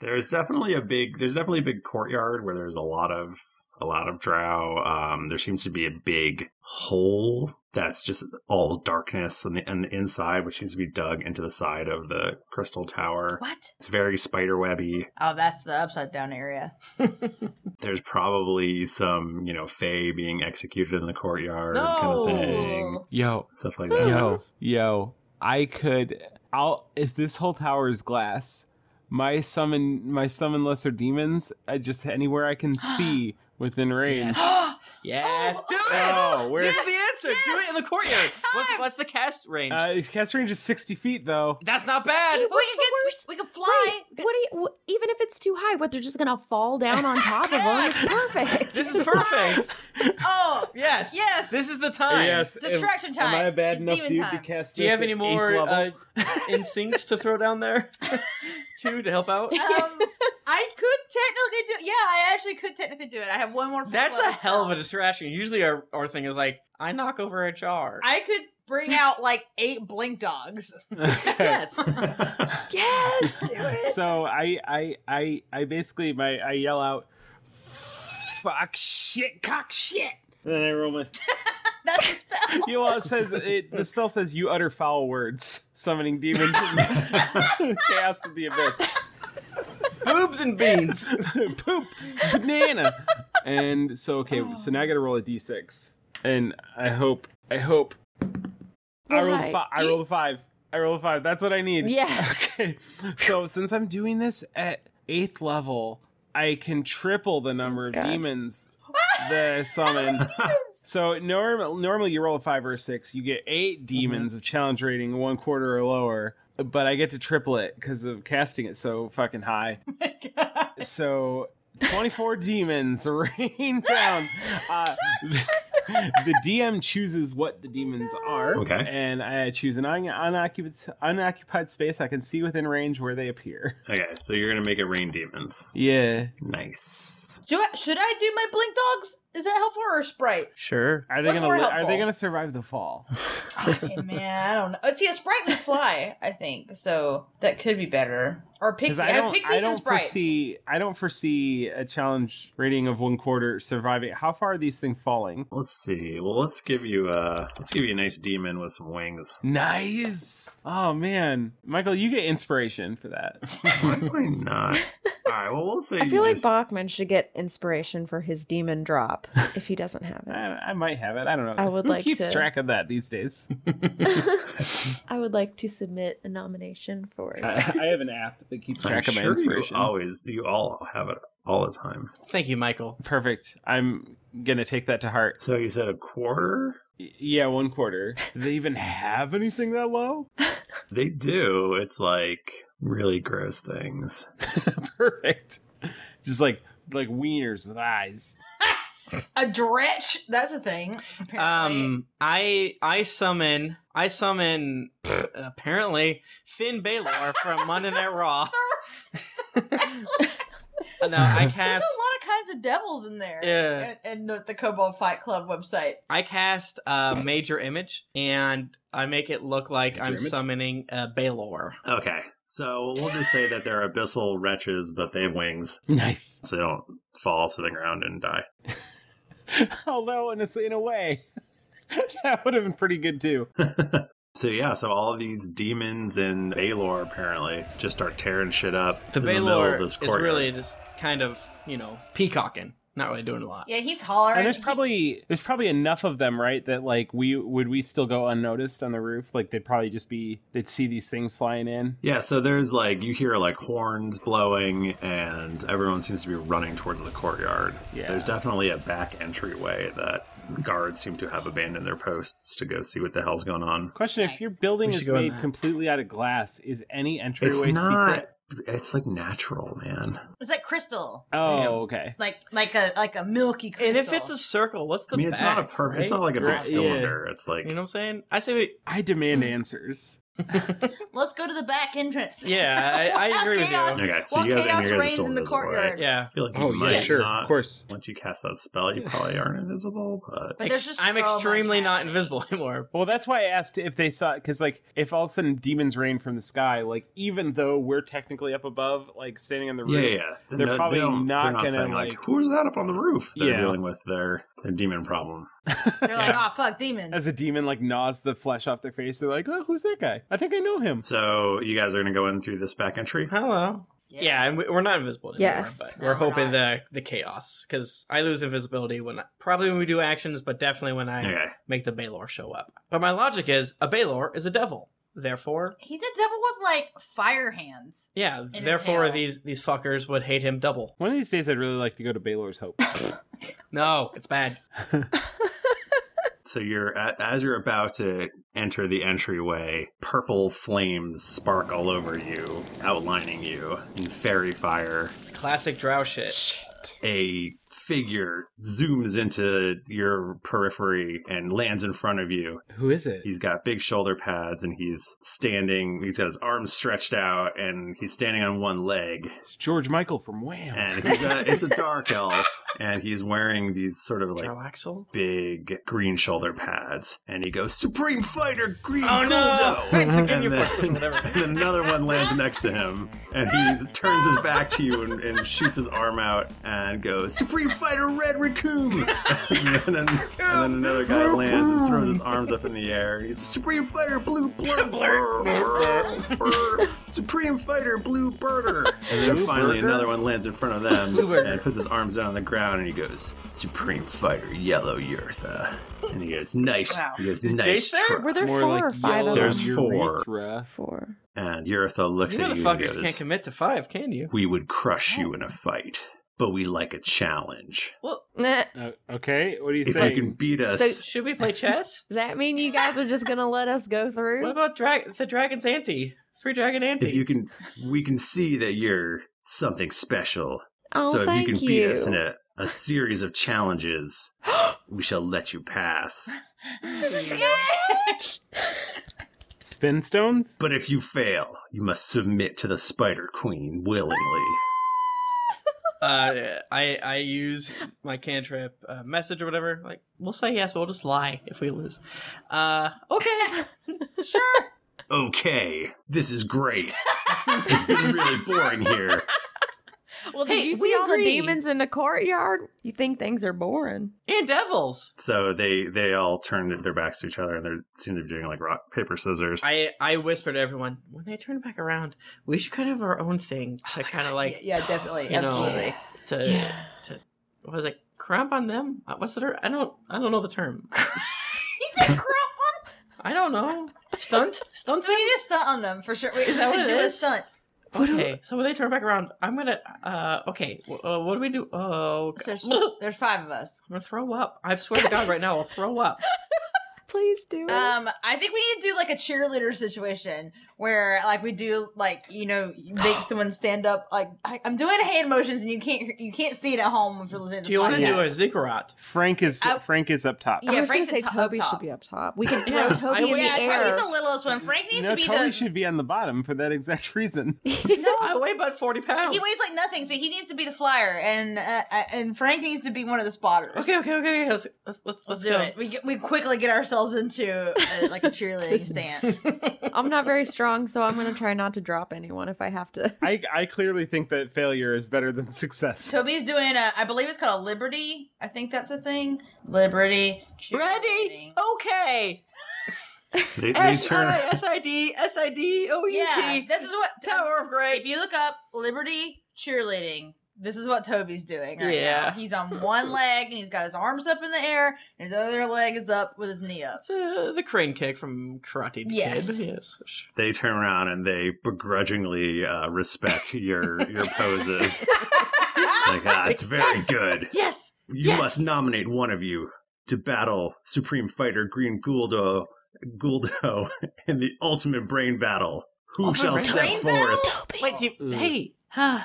A: There's definitely a big there's definitely a big courtyard where there's a lot of a lot of drow. Um, there seems to be a big hole that's just all darkness on the on the inside, which seems to be dug into the side of the crystal tower.
D: What?
A: It's very spider webby.
D: <laughs> Oh, that's the upside down area.
A: There's probably some you know fae being executed in the courtyard kind of thing.
C: Yo,
A: stuff like that.
C: Yo, yo, I could. I'll if this whole tower is glass. My summon, my summon lesser demons. I just anywhere I can see within <gasps> range.
E: yes, do it.
C: Oh, we're-
E: There's the answer. Do it in the courtyard. What's, what's the cast range?
C: Uh, cast range is sixty feet though.
E: That's not bad.
D: we can get, we can fly.
B: What do you, wh- even if it's too high, what they're just gonna fall down on top of them?
C: <laughs>
B: It's perfect. <laughs>
E: This is perfect.
D: <laughs> oh,
E: yes.
D: Yes.
E: This is the time.
C: Yes,
D: Distraction
C: am- am I a
D: time.
C: bad
D: It's
C: enough
D: demon
C: dude
D: time.
C: to cast
E: Do you
C: this
E: have any
C: at
E: more
C: eighth level?
E: uh, instincts to throw down there? <laughs> Two to help out?
D: Um, I could technically do. Yeah, I actually could technically do it. I have one more.
E: That's a
D: level
E: hell of
D: spell.
E: a distraction. Usually our, our thing is like, I knock over a jar. <laughs>
D: I could bring out like eight blink dogs. yes. <laughs> yes. Do it.
C: so I, I, I, I basically my I yell out, "Fuck shit, cock shit," and then I roll my.
D: <laughs> That's a spell.
C: <laughs> You know, well, it says it, the spell says you utter foul words, summoning demons in <laughs> chaos of the abyss.
E: Boobs and beans,
C: <laughs> poop, banana, and so okay. So now I got to roll a d6, and I hope, I hope, I rolled a
K: Why?
C: fi- I rolled a five. I rolled a five. That's what I need.
K: Yes.
C: <laughs> Okay. So since I'm doing this at eighth level, I can triple the number of demons that I summon. so norm- normally you roll a five or a six, you get eight demons of challenge rating one quarter or lower. But I get to triple it because of casting it so fucking high. So 24 demons <laughs> rain down. Uh, the DM chooses what the demons are.
A: Okay.
C: And I choose an un- unoccupied, unoccupied space I can see within range where they appear.
A: Okay, so you're gonna make it rain demons.
C: Yeah.
A: Nice.
D: Do I, should I do my blink dogs? Is that helpful or Sprite?
C: Sure. Are they
D: What's
C: gonna
D: more
C: li- are
D: helpful?
C: they gonna survive the fall?
D: Okay, man, I don't know. See, a Sprite would fly, I think, so that could be better. Or Pixie.
C: 'Cause
D: I,
C: I
D: have
C: don't,
D: Pixies
C: I
D: and
C: don't
D: Sprites.
C: foresee I don't foresee a challenge rating of one quarter surviving. How far are these things falling?
A: Let's see. Well, let's give you a let's give you a nice demon with some wings.
C: Nice. Oh man, Michael, you get inspiration for that.
A: Why
C: <laughs>
A: not? All right. Well, we'll see.
F: I feel like Bachman should get inspiration for his demon drop if he doesn't have it.
C: <laughs> I, I might have it. I don't know.
F: I would
C: Who
F: like
C: keeps
F: to-
C: track of that
F: <laughs>
C: these days.
F: I would like to submit a nomination for.
C: I have an app that keeps
A: I'm
C: track of my
A: sure you
C: inspiration.
A: always, you all have it all the time.
E: Thank you, Michael.
C: Perfect. I'm gonna take that to heart.
A: So you said a quarter?
C: Yeah, one quarter. Do they even have anything
F: <laughs>
C: that low?
A: They do. It's like really gross
C: <laughs>
A: things.
C: Perfect. Just like like wieners with eyes.
D: A dretch. That's a thing. Apparently.
E: Um, I I summon I
C: <laughs>
E: summon apparently Finn Balor from Monday
D: <laughs>
E: Night Raw. <laughs> no,
C: <laughs>
E: I
D: There's
E: cast
D: a lot of kinds of devils in there.
E: Yeah.
D: And, and the, the Kobold Fight Club website.
E: I cast uh, Major Image and I make it look like
A: Major
E: I'm
A: Image?
E: summoning uh, Balor.
A: Okay, so we'll just say that they're abyssal wretches, but they have wings.
C: <laughs> Nice.
A: So they don't fall to the ground and die.
C: Although, in a, in a way, <laughs> that would have been pretty good too.
A: So yeah, so all of these demons and Baylor apparently just start tearing shit up.
E: The
A: in the middle
E: Balor
A: of this
E: is
A: courtyard.
E: really just kind of you know peacocking, not really doing a <laughs> lot.
D: Yeah, he's hollering.
C: And there's probably there's probably enough of them, right? That like we would we still go unnoticed on the roof? Like they'd probably just be they'd see these things flying in.
A: Yeah, so there's like you hear like horns blowing, and everyone seems to be running towards the courtyard.
C: Yeah.
A: there's definitely a back entryway that guards seem to have abandoned their posts to go see what the hell's going on.
C: Question: If your building
A: We should
C: is
A: go in
C: made
A: that.
C: completely out of glass, is any entryway
A: It's not.
C: secret?
A: It's like natural, man.
D: It's like crystal.
C: Oh, okay.
D: Like like a like a milky crystal.
E: And if it's a circle, what's the?
A: I mean, it's not a
E: back,
A: perfect. It's
E: right?
A: not like a big
E: Right, yeah.
A: cylinder. It's like Hmm.
E: You know what I'm saying? I say we.
C: I demand answers.
D: Let's go to the back entrance.
E: Yeah, I, I agree with you.
A: Okay, so you guys
D: chaos
A: in here
D: reigns
A: still
D: in the
A: invisible, right?
D: courtyard.
E: Yeah.
A: I feel like you
E: Oh, yeah,
A: might
E: sure, of
A: not,
C: course.
A: Once you cast that spell, you probably aren't invisible, but,
D: But there's just
E: I'm
D: so much
E: extremely not invisible <laughs> anymore.
C: Well, that's why I asked if they saw because like if all of a sudden demons rain from the sky, like even though we're technically up above, like standing on the
A: yeah,
C: roof,
A: yeah, yeah.
C: they're
A: No, they
C: probably
A: don't-
C: not,
A: they're not
C: gonna
A: saying, like,
C: like,
A: who's that up on the roof? They're
C: Yeah.
A: dealing with their their demon problem.
D: They're like, oh fuck, demons.
C: as a demon like gnaws the flesh off their face. They're like, oh, who's that guy? I think I know him.
A: So you guys are gonna go in through this back entry.
E: Hello. Oh, Yeah, and we- we're not invisible anymore.
F: Yes.
E: but
F: No,
E: we're
F: we're
E: hoping the the chaos because I lose invisibility when I, probably when we do actions, but definitely when I
A: Okay.
E: make the Baylor show up. But my logic is a Baylor is a devil, therefore,
D: He's a devil with like fire hands.
E: yeah,
D: a
E: therefore
D: tail.
E: these these fuckers would hate him double.
C: One of these days, I'd really like to go to
D: <laughs>
C: Baylor's Hope.
E: No, it's bad.
A: So you're at, as you're about to enter the entryway, purple flames spark all over you, outlining you in fairy fire.
E: Classic drow shit.
A: a figure zooms into your periphery and lands in front of you.
C: Who is it?
A: He's got big shoulder pads and he's standing. He's got his arms stretched out and he's standing on one leg.
C: It's George Michael from Wham.
A: And he's a, it's a dark elf and he's wearing these sort of like big green shoulder pads. And he goes, Supreme Fighter Green
E: Oh, no! <laughs>
A: Guldo!"
E: It's again your
A: and,
E: question,
A: then,
E: whatever.
A: <laughs> and another one lands next to him and he turns his back to you and, and shoots his arm out and goes, Supreme Fighter Red Raccoon! <laughs> and, then, and then another guy lands and throws his arms up in the air. He's Supreme
E: <laughs>
A: Fighter Blue Blur Blur Blur Blur Supreme Fighter Blue
C: <laughs>
A: Birder. And then
C: Blue
A: finally
C: Burger?
A: another one lands in front
F: <laughs>
A: of them
E: Blue Burger.
A: and puts his arms down on the ground and he goes, Supreme Fighter Yellow Yurtha. And he goes, Nice.
F: Wow.
A: He goes,
F: Is
A: Nice.
F: Jace there?
A: try."
F: Were there More four or like five of yellow
A: There's
F: them?
A: four.
F: Four.
A: And Yurtha looks
E: you
A: at you and
E: motherfuckers can't
A: goes,
E: commit to five, can you?
A: We would crush you in a fight, but we like a challenge.
C: Uh, okay, what do you
A: If
C: saying?
A: you can beat us,
F: So-
E: Should we play chess?
F: Does that mean you guys are just gonna let us go through?
E: What about dra- the dragon's ante? Three dragon ante.
A: if you can, we can see that you're something special.
F: Oh,
A: so if
F: thank
A: you can beat us
F: you.
A: in a, a series
F: <gasps>
A: of challenges, we shall let you pass.
D: This is sketch.
C: Spin stones?
A: But if you fail, you must submit to the Spider Queen willingly.
E: uh, I I use my cantrip uh, message or whatever. Like we'll say yes, but we'll just lie if we lose. Uh, okay,
A: okay, this is great. it's been really boring here.
F: Well, did
E: Hey,
F: you
E: we
F: see all
E: agree.
F: the demons in the courtyard? You think things are boring?
E: And devils.
A: So they they all turned their backs to each other and they seem to be doing like rock paper scissors.
E: I I whisper to everyone when they turn back around. We should kind of have our own thing to kind of like
D: Oh Yeah, definitely.
E: you know,
D: Absolutely.
E: to to what was it cramp on them? Uh, What's the ter- I don't I don't know
D: <laughs>
E: the term. I don't know stunt stunt.
D: So we need to stunt on them for sure. Wait, is that what it do
E: <laughs> is?
D: a stunt.
E: Okay, so when they turn back around, I'm gonna. uh Okay, w- uh, what do we do? Oh,
D: So
E: God.
D: there's, there's five of us.
E: I'm gonna throw up. I swear to God, right now, I'll throw up.
F: Please do.
D: Um, I think we need to do like a cheerleader situation where like we do like you know
F: <gasps>
D: you make someone stand up. Like I, I'm doing hand motions and you can't you can't see it at home if you're listening.
E: Do you want to
D: podcast.
E: do a ziggurat?
C: Frank is
D: I-
C: Frank is up top.
D: Oh. Yeah, I was gonna Frank's say
F: Say Toby should be up top. We can throw
D: I
F: Toby in
D: would-
F: the
D: yeah,
F: air.
D: Toby's the littlest one. Frank needs
C: no,
D: to be
C: Tully
D: the.
C: should be on the bottom for that
D: <laughs>
C: exact <laughs> reason.
E: <laughs> I weigh about forty pounds.
D: He weighs like nothing, so he needs to be the flyer, and uh, uh, and Frank needs to be one of the spotters.
E: Okay, okay, okay. okay, Let's let's let's,
D: Let's
E: let's
D: do
E: go.
D: it. We get, we quickly get ourselves into
E: <laughs>
D: uh like
F: <laughs>
D: a cheerleading stance.
F: I'm not very strong, so I'm going to try not to drop anyone if I have to.
C: I, I clearly think that failure is better than success.
D: Toby's doing a, I believe it's called a Liberty. I think that's a thing. Liberty.
E: Ready? Okay.
A: They, they
E: S
D: oh,
A: turn. <laughs>
E: I S I D S I D O E
D: Yeah,
E: T.
D: this is what
E: Tower of Great.
D: If you look up Liberty cheerleading, this is what Toby's doing right
E: Yeah.
D: now. He's on one leg and he's got his arms up in the air, and his other leg is up with his knee up.
E: Uh, the crane kick from Karate Kid.
D: Yes.
E: Yes.
A: They turn around and they begrudgingly uh, respect your
E: <laughs>
A: your poses. like, ah, it's very good.
E: Yes.
A: You must nominate one of you to battle Supreme Fighter Green Gouldo, Gouldo <laughs> in the ultimate brain battle. Who
E: Oh,
A: shall
E: brain
A: step
E: battle?
A: forth?
D: Oh,
E: Wait, do you,
A: Ugh.
E: hey, huh,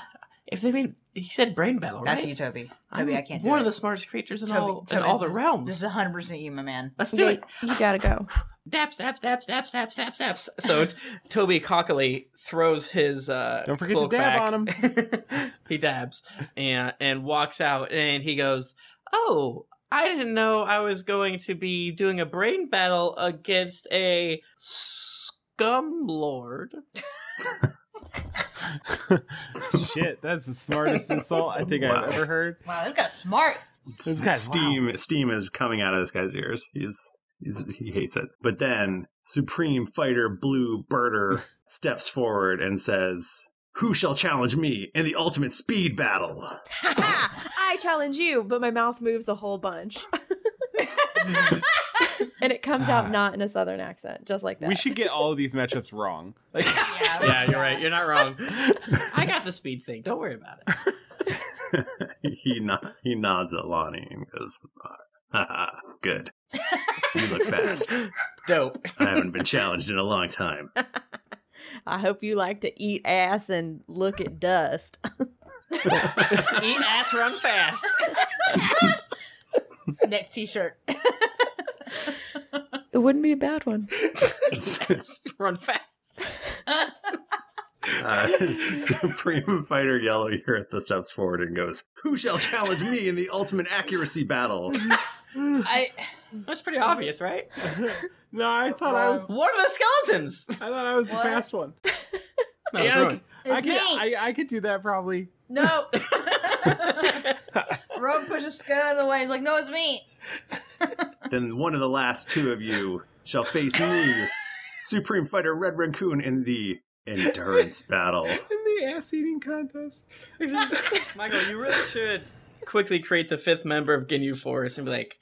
E: if they mean he said brain battle, right?
D: That's you, Toby. Toby,
E: I'm
D: I can't do
E: One of
D: it.
E: the smartest creatures in
D: Toby,
E: all
D: Toby,
E: in all the
D: this-
E: realms.
D: This is 100% you, my man.
E: Let's do it.
F: You gotta
D: <laughs>
F: go.
E: Dap, dap, dap, dap, dap, dap, dap. So t- Toby cockily throws his uh,
C: Don't forget to
E: cloak
C: dab
E: back.
C: on
E: <laughs>
C: him.
E: he dabs and and walks out and he goes oh i didn't know i was going to be doing a brain battle against a scum lord
C: Shit, that's the smartest insult I think
A: Wow.
C: I've ever heard.
D: Wow, this guy's smart.
C: This guy's
A: steam steam is coming out of this guy's ears. He's, he's he hates it. But then Supreme Fighter Blue
C: <laughs>
A: Birder steps forward and says, "Who shall challenge me in the ultimate speed battle?" <laughs>
F: <laughs> I challenge you, but my mouth moves a whole
D: <laughs>
F: bunch. and it comes out not in a southern accent, just like that.
C: We should get all of these matchups wrong.
D: <laughs>
C: Like,
E: yeah you're right you're not wrong i got the speed thing don't worry about it
A: he nod, he nods at Lonnie and goes, "Ah, "Good. You look
C: <laughs>
A: fast.
E: Dope.
A: I haven't been challenged in a long time."
F: I hope you like to eat ass and look at dust.
E: eat ass run
C: <laughs>
E: fast
D: Next t shirt.
F: It wouldn't be a bad one.
E: run fast
A: Uh, <laughs> Supreme Fighter Yellow Urethra steps forward and goes, "Who shall challenge me in the ultimate accuracy battle?"
D: I
E: that's pretty obvious right
C: <laughs> no i thought i was
E: one of the skeletons
C: i thought i was the
E: What?
C: fast one
E: No, it's
C: Yeah, I
E: wrong.
C: could- I could, I, I could do that probably.
D: No. Rogue pushes Scott out of the way. He's like, no, it's me.
A: then one of the last two of you shall face me, Supreme Fighter Red Raccoon, in the endurance battle.
C: in the ass eating contest. <laughs>
E: Michael, you really should quickly create the fifth member of Ginyu Force and be like,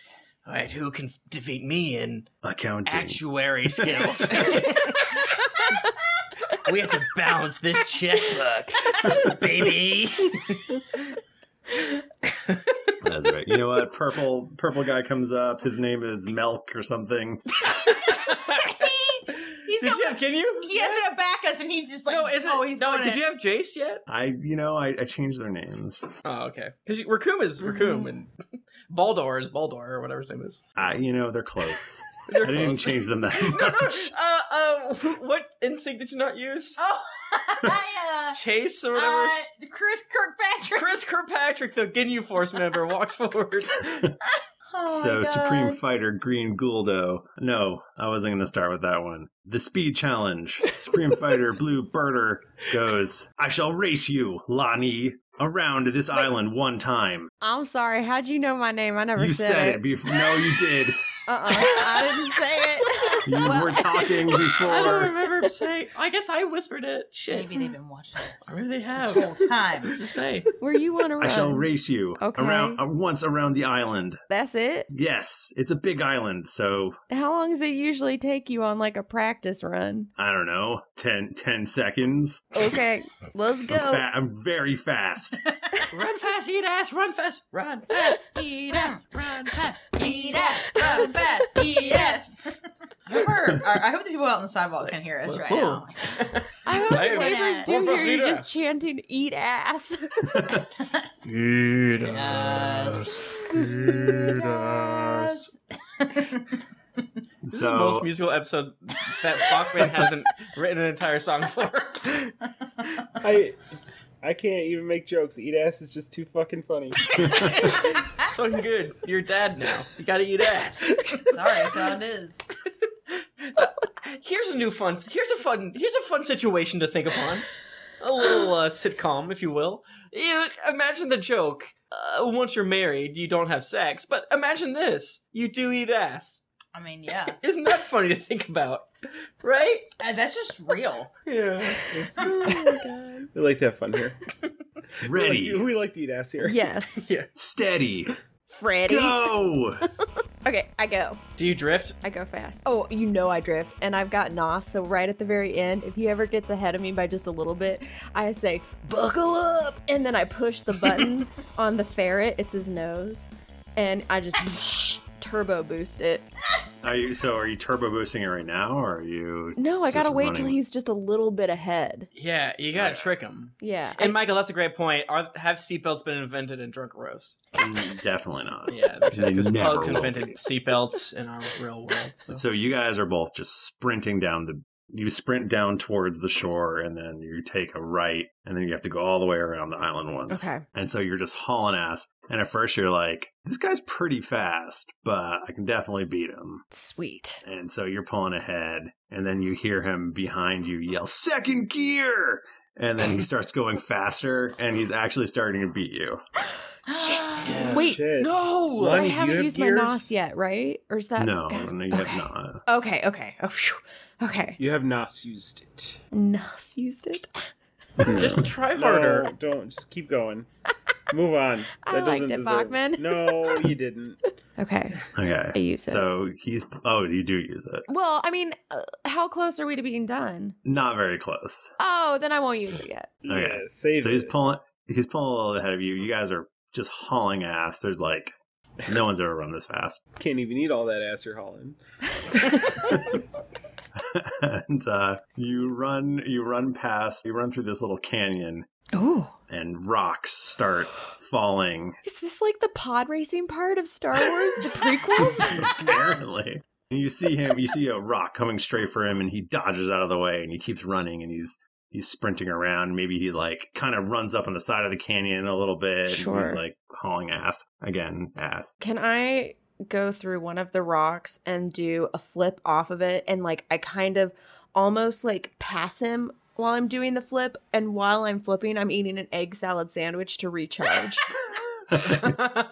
E: all right, who can defeat me in
A: accounting
E: actuary skills? we have to balance this checkbook, baby.
A: That's right. You know what? Purple purple guy comes up. His name is Melk or something.
D: He's
E: Did
D: going
E: you have Ginyu?
D: he has to back us, and he's just like,
E: No, is it?
D: oh, he's
E: no,
D: doing
E: did
D: it.
E: you have Jace yet?
A: I you know I, I changed their names.
E: Oh, okay. Because Rakum is Rakum, and <laughs> Baldor is Baldor, or whatever his name is.
A: I you know they're close.
E: They're
A: I didn't
E: close.
A: change them that
E: <laughs> uh, uh, what instinct did you not use?
D: <laughs> Oh, I, uh,
E: Chase or whatever?
D: uh, Chris Kirkpatrick.
E: Chris Kirkpatrick, the Ginyu Force
D: <laughs>
E: member, walks forward.
D: Oh
A: so
D: my
A: Supreme
D: God.
A: Fighter Green Gouldo. No, I wasn't going to start with that one. The speed challenge. Supreme Fighter Blue Birder goes. I shall race you, Lani, around this island one time.
F: I'm sorry. How'd you know my name? I never
A: You
F: said,
A: said it before. No, you did.
F: Uh uh I didn't say it.
A: <laughs>
F: <laughs>
A: You
F: Well,
A: were talking
E: I don't
A: before.
E: remember him saying. I guess I whispered it. Shit.
D: Maybe they've been watching
E: I really
D: this
E: have.
D: whole time.
E: Who's to say?
F: Were you on a run?
A: I shall race you
F: Okay.
A: around uh, once around the island.
F: That's it?
A: Yes, it's a big island, so
F: How long does it usually take you on like a practice run?
A: I don't know, 10, 10 seconds.
F: Okay,
A: <laughs>
F: let's
A: I'm,
F: go.
A: fa- I'm very
C: <laughs>
A: fast.
E: Run fast, eat ass. Run fast, run fast, eat ass, run fast.
D: Eat ass, run fast, eat ass. I hope, our- our- I hope the people out on the sidewalk can hear us right now.
B: I hope
D: Hey,
B: the neighbors
D: man.
B: do
D: One of us
B: hear you
D: need
B: just
D: ass.
B: chanting "eat ass."
L: Eat us. Eat us.
D: <laughs>
E: This is the
A: So-
E: most musical episode that Bachman
A: <laughs>
E: hasn't written an entire song for.
C: I I can't even make jokes. Eat ass is just too fucking funny.
E: It's fucking good. You're dad now. You gotta eat ass.
D: Sorry, that's how it is.
E: Here's a new fun. Here's a fun. Here's a fun situation to think upon. A little uh, sitcom, if you will. You, imagine the joke. Uh, once you're married, you don't have sex, but imagine this: you do eat ass.
D: I mean, yeah. Uh,
E: Isn't that funny to think about? Right? Oh
D: That's just real.
E: <laughs> Yeah.
C: We like to have fun here.
A: Ready.
C: We like to, we like to eat ass here. <laughs>
F: Yes.
E: yeah.
A: Steady.
F: <laughs> Freddy.
A: Go.
F: okay, I go.
E: Do you drift?
F: I go fast. Oh, you know I drift, and I've got Nos, so right at the very end, if he ever gets ahead of me by just a little bit, I say, buckle up! And then I push the
A: <laughs>
F: button on the ferret, it's his nose, and I just <laughs> turbo boost it.
A: Are you so? Are you turbo boosting it right now, or are you?
F: No, I
A: just
F: gotta wait till
A: running?
F: he's just a little bit ahead.
E: Yeah, you gotta trick him.
A: <gasps>
F: Yeah.
E: And Michael, that's a great point. Are, have seatbelts been invented in drunk roast?
A: Mm, Definitely not.
E: Yeah, that makes sense
A: They
E: because
A: never
E: pugs
A: will.
E: invented seatbelts in our real world.
A: So you guys are both just sprinting down the. You sprint down towards the shore, and then you take a right, and then you have to go all the way around the island once.
F: Okay.
A: And so you're just hauling ass. And at first you're like, "This guy's pretty fast, but I can definitely beat him."
F: Sweet.
A: And so you're pulling ahead, and then you hear him behind you yell, second gear! And then he
F: <laughs>
A: starts going faster, and he's actually starting to beat you.
F: wait,
E: no!
A: Lonnie,
F: I
A: do you
F: haven't
A: have
F: used
A: gears?
F: my Nos yet, right? Or is that.
A: no, no, you have not.
F: Okay, okay. Oh, phew. Okay.
C: You have not used it.
F: Nos used it. <laughs>
E: Just try
C: No,
E: harder.
C: don't. Just keep going. Move on.
F: I
C: That
F: liked
C: doesn't
F: it,
C: deserve-
F: Bachman.
C: No, you didn't.
F: <laughs> Okay.
A: Okay.
F: I use it.
A: So he's. Oh, you do use it.
F: Well, I mean, uh, how close are we to being done?
A: Not very close.
F: Oh, then I won't use it yet.
A: Okay. so he's pulling. He's pulling a little ahead of you. You guys are just hauling ass. There's like. No one's ever run this fast. <laughs>
C: Can't even eat all that ass you're hauling.
A: and uh, you run you run past you run through this little canyon
F: Oh.
A: and rocks start falling <laughs>
F: Is this like the pod racing part of Star Wars, the <laughs> prequels?
A: apparently and you see him you see a rock coming straight for him and he dodges out of the way and he keeps running and he's he's sprinting around maybe he like kind of runs up on the side of the canyon a little bit and he's
F: Sure.
A: like hauling ass again ass
F: Can I go through one of the rocks and do a flip off of it? And like, I kind of almost like pass him while I'm doing the flip. And while I'm flipping, I'm eating an egg salad sandwich to recharge.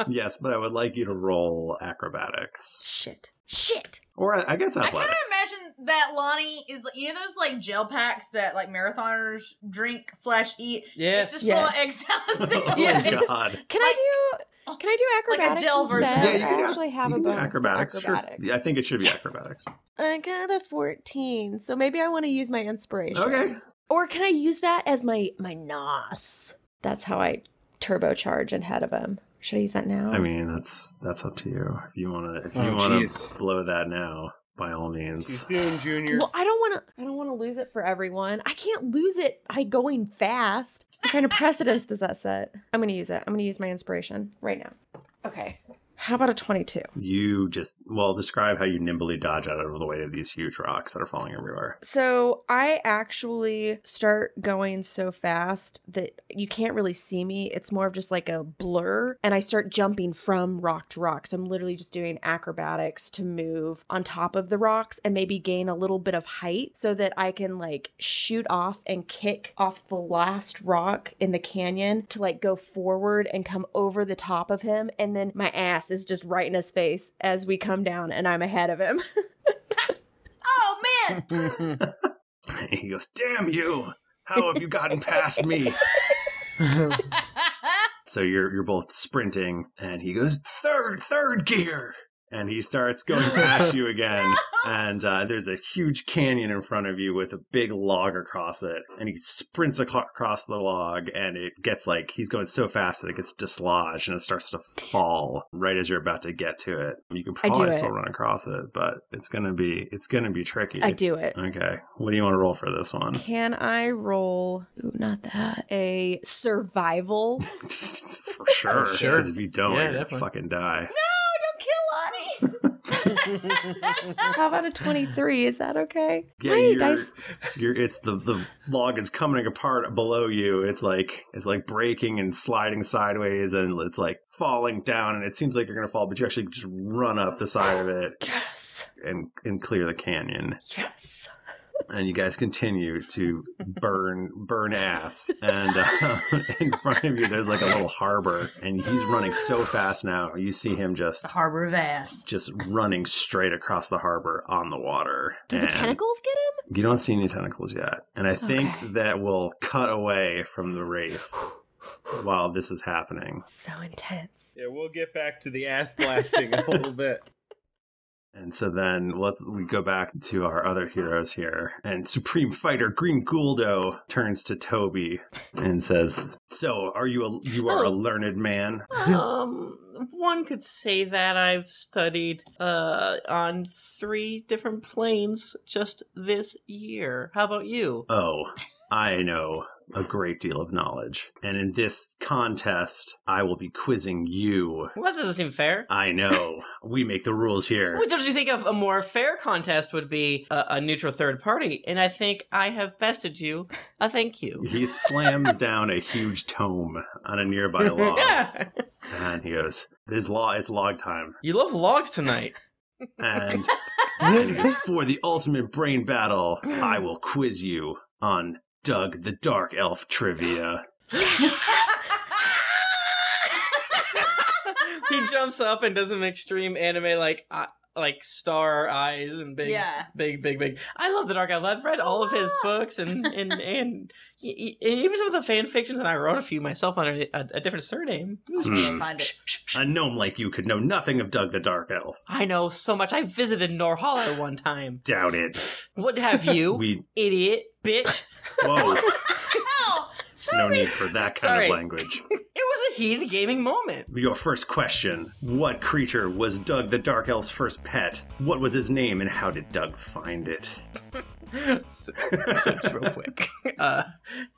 A: yes but i would like you to roll acrobatics
F: shit shit
A: or i, I guess
D: I
A: athletics
F: <laughs>
D: kind of imagine that Lonnie is like you know those like gel packs that like marathoners drink slash eat.
E: Yes.
D: it's just
E: Yes.
D: full of egg salad
A: <laughs> oh
D: sandwich.
A: my god
F: Can I do?
D: oh,
F: Can I do
D: Like a
F: acrobatics
D: gel version.
F: instead?
D: Yeah, you
F: I
D: can do-
F: actually <laughs> have a
A: You can do
F: bonus
A: acrobatics,
F: to
A: sure.
F: acrobatics.
A: Yeah, i think it should be acrobatics
F: I got a fourteen, so maybe I want to use my inspiration.
A: Okay.
F: Or can I use that as my my nos? That's how I turbocharge in head of him. Should I use that now?
A: I mean, that's that's up to you. If you want to, if you
C: Oh,
A: want to
C: jeez.
A: blow that now, by all means.
C: soon, Junior.
F: well, I don't want to. I don't want to lose it for everyone. I can't lose it by going fast. What kind of precedence does that set? I'm gonna use it. I'm gonna use my inspiration right now. Okay. How about a twenty-two?
A: You just well describe how you nimbly dodge out of the way of these huge rocks that are falling everywhere. <laughs>
F: So I actually start going so fast that you can't really see me. It's more of just like a blur. And I start jumping from rock to rock. So I'm literally just doing acrobatics to move on top of the rocks and maybe gain a little bit of height so that I can like shoot off and kick off the last rock in the canyon to like go forward and come over the top of him. And then my ass is just right in his face as we come down and I'm ahead of him. <laughs>
D: Oh man!
A: <laughs> he goes, "Damn you! How have you gotten
F: <laughs>
A: past
C: <laughs>
A: me?" so you're you're
F: <laughs>
A: both sprinting, and he goes, "Third, third gear!" And he starts going past you again and uh, there's a huge canyon in front of you with a big log across it. And he sprints aco- across the log, and it gets like he's going so fast that it gets dislodged and it starts to fall right as you're about to get to it. You can
F: I do
A: probably still
F: it.
A: run across it, but it's gonna be it's gonna be tricky.
F: I do it.
A: Okay, what do you want to roll for
E: <laughs>
A: this one?
F: Can I roll? Ooh, not that. A
D: <laughs>
F: survival.
A: For sure,
E: sure.
A: Because if you don't,
E: Yeah,
A: you're gonna
E: definitely.
A: fucking die.
F: no, don't kill Lonnie. How about a twenty-three? Is that okay?
A: Yeah,
F: Hey,
A: you're,
F: dice.
A: you're, it's the the log is coming apart below you. It's like it's like breaking and sliding sideways, and it's like falling down. And it seems like you're gonna fall, but you actually just run up the side of it.
F: Yes.
A: And and clear the canyon.
F: Yes.
A: And you guys continue to burn burn ass. And uh, <laughs> in front of you, there's like a little harbor, and he's running so fast now. You see him just
D: The harbor of ass.
A: just running straight across the harbor on the water.
B: Do the
A: And-
B: tentacles get him?
A: you don't see any tentacles yet. And I think that will cut away from the race while this is happening.
F: So intense.
C: Yeah, we'll get back to the ass blasting in
F: <laughs>
C: a little bit.
A: And so then let's we go back to our other heroes here. And Supreme Fighter Green Guldo turns to Toby and says, "So, are you a you are a learned man?"
E: Oh. um, one could say that I've studied uh on three different planes just this year. How about you?
A: Oh, I know a great deal of knowledge. And in this contest, I will be quizzing you.
E: Well, that doesn't seem fair.
A: I know. We make the rules here.
E: What don't you think of a more fair contest would be a, a neutral third party? And I think I have bested you. A thank you.
A: <laughs> He slams down a huge tome on
E: <laughs>
A: a nearby log,
E: Yeah.
A: and he goes, "There's law. It's log time."
E: You love logs tonight.
A: <laughs> And, and he goes, "For the ultimate brain battle, I will quiz you on Doug the Dark Elf
E: <laughs>
A: trivia."
E: he jumps up and does an extreme anime like uh, like star eyes and big
D: Yeah.
E: big big big i love the dark elf i've read all of his books and and and, y- y- and even some of the fan fictions and i wrote a few myself under a, a different surname
A: Hmm. A gnome like you could know nothing of Doug the Dark Elf.
E: i know so much i visited norhala one time
A: Doubt it.
E: what have you
A: <laughs> We
E: idiot bitch <laughs>
A: whoa. no need for that kind
E: Sorry.
A: of language.
E: it was a heated gaming moment
A: Your first question What creature was Doug the Dark Elf's first pet? What was his name and how did Doug find it?
E: real quick. Uh,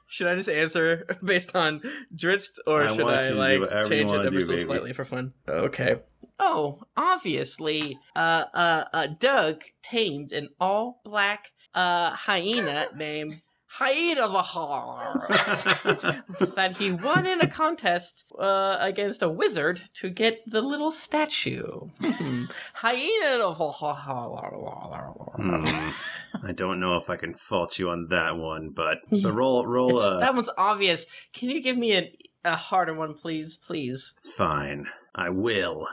E: should I just answer based on Dritz, or
A: I
E: should
A: want you
E: I
A: to do
E: like
A: whatever you
E: change it
A: wanna
E: ever
A: do,
E: so
A: baby.
E: slightly for fun? Okay. Oh, obviously, uh, uh, uh, <laughs> Doug tamed an all black uh,
A: <laughs>
E: hyena named Hyena Vahar that he won in a contest uh, against a wizard to get the little statue. Hmm. Hyena Vahar.
A: Hmm. I don't know if I can fault you on that one,
E: <laughs>
A: but the roll roll
E: It's-
A: uh,
E: that one's obvious. Can you give me an, a harder one, please? Please.
A: fine. I will.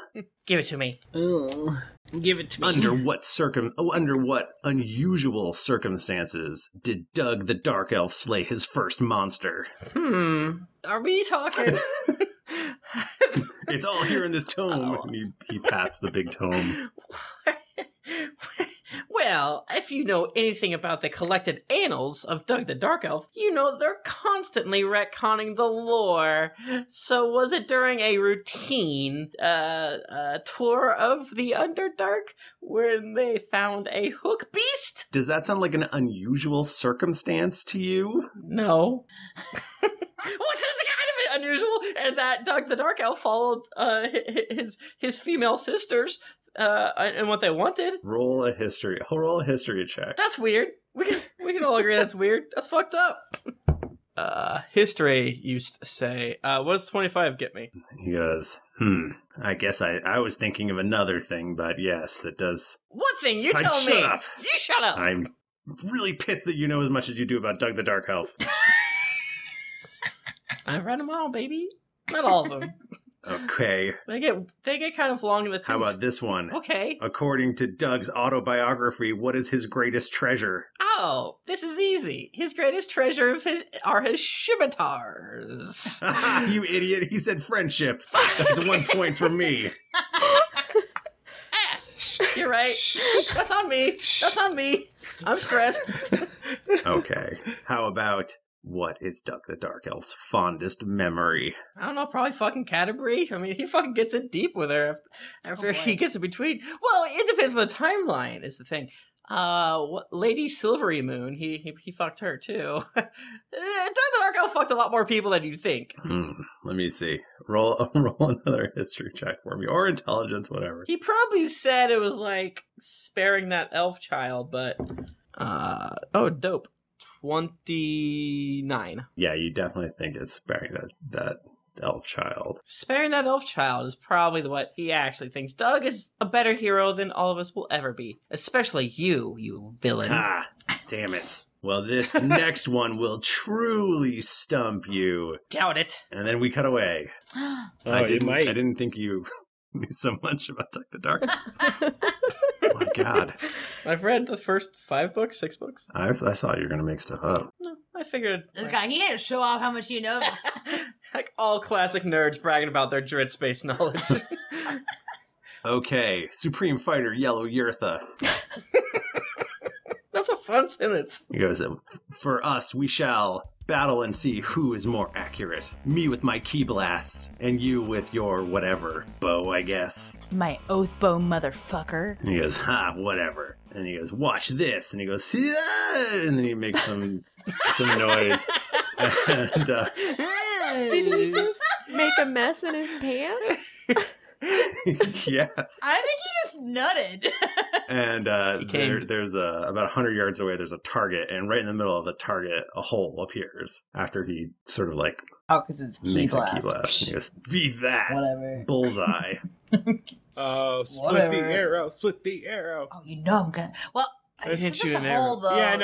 E: Give it to me.
C: Oh.
E: Give it to me.
A: Under what circum oh, under what unusual circumstances did Doug the Dark Elf slay his first monster?
E: Hmm. Are we
A: <laughs>
E: talking?
A: It's all here in this
E: Oh.
A: tome. And he, he pats the big tome.
E: Well, if you know anything about the collected annals of Doug the Dark Elf, you know they're constantly retconning the lore. So, was it during a routine uh, uh, tour of the Underdark when they found a hook beast? <laughs>
A: Does that sound like an unusual circumstance to you?
E: No. Which is kind of unusual, and that Doug the Dark Elf followed uh, hi- hi- his his female sisters uh, and what they wanted.
A: Roll a history. Roll a history check.
E: That's weird. We can we can all agree that's weird. That's fucked up. Uh, history used to say. Uh, what does twenty five get me?
A: He goes, hmm. I guess I, I was thinking of another thing, but yes, that does.
E: One thing you
A: Fine,
E: tell
A: shut
E: me.
A: up.
E: You shut up.
A: I'm really pissed that you know as much as you do about Doug the Dark
E: <laughs>
A: Elf.
E: I've read them all, baby. Not all of them. <laughs>
A: Okay.
E: they get they get kind of long in the tooth.
A: How about this one?
E: Okay.
A: According to Doug's autobiography, what is his greatest treasure?
E: Oh, this is easy. His greatest treasure of his, are his
A: <laughs>
E: scimitars.
A: <laughs> you
E: <laughs>
A: idiot. He said friendship. That's one point for me.
E: You're right. That's on me. That's on me. I'm stressed. <laughs>
A: okay. How about what is Duck the Dark Elf's fondest memory?
E: I don't know, probably fucking Canterbury. I mean, he fucking gets in deep with her af- after he gets in between. Well, it depends on the timeline, is the thing. Uh, what, Lady Silvery Moon, he, he he fucked her too. <laughs> Eh, Doug the Dark Elf fucked a lot more people than you'd think.
A: Hmm, let me see. Roll <laughs> roll another history check for me, or intelligence, whatever.
E: He probably said it was like sparing that elf child, but uh oh, dope. Twenty nine.
A: Yeah, you definitely think it's sparing that that elf child.
E: Sparing that elf child is probably what he actually thinks. Doug is a better hero than all of us will ever be, especially you, you villain.
A: Ah, damn it. Well,
E: <laughs>
A: this next one will truly stump you.
E: Doubt <gasps> it.
A: And then we cut away.
L: Oh,
A: I
L: it
A: didn't.
L: might.
A: I didn't think you <laughs> knew so much about Duck
E: <laughs>
A: the Dark. oh my god!
E: I've read the first five books, six books.
A: I, I thought you were gonna make stuff up.
E: I figured
D: This guy, he had to show off how much he knows.
E: like all classic nerds bragging about their Druid space knowledge.
A: <laughs>
E: <laughs>
A: Okay, Supreme Fighter Yellow Yurtha.
E: That's a fun sentence.
A: He goes, uh, For us, we shall battle and see who is more accurate. Me with my key blasts, and you with your whatever bow, I guess.
M: My oath bow
D: <laughs>
M: motherfucker.
A: And he goes, Ha, whatever. And he goes, Watch this. And he goes, "Yeah!" And then he makes some, some noise. And uh, <laughs>
B: Did he just make a mess in his pants?
A: yes.
D: I think he just nutted.
A: and uh, there, there's a about 100 yards away there's a target and right in the middle of the target a hole appears after he sort of like
M: Oh, because it's key
A: makes a key
M: blast.
A: blast and he goes be that
M: Whatever.
A: bullseye
C: Oh, split the
M: Whatever.
C: arrow, split the arrow.
M: Oh, you know I'm gonna. Well,
C: I it's hit
E: you just in a there. hole, though.
C: Yeah, I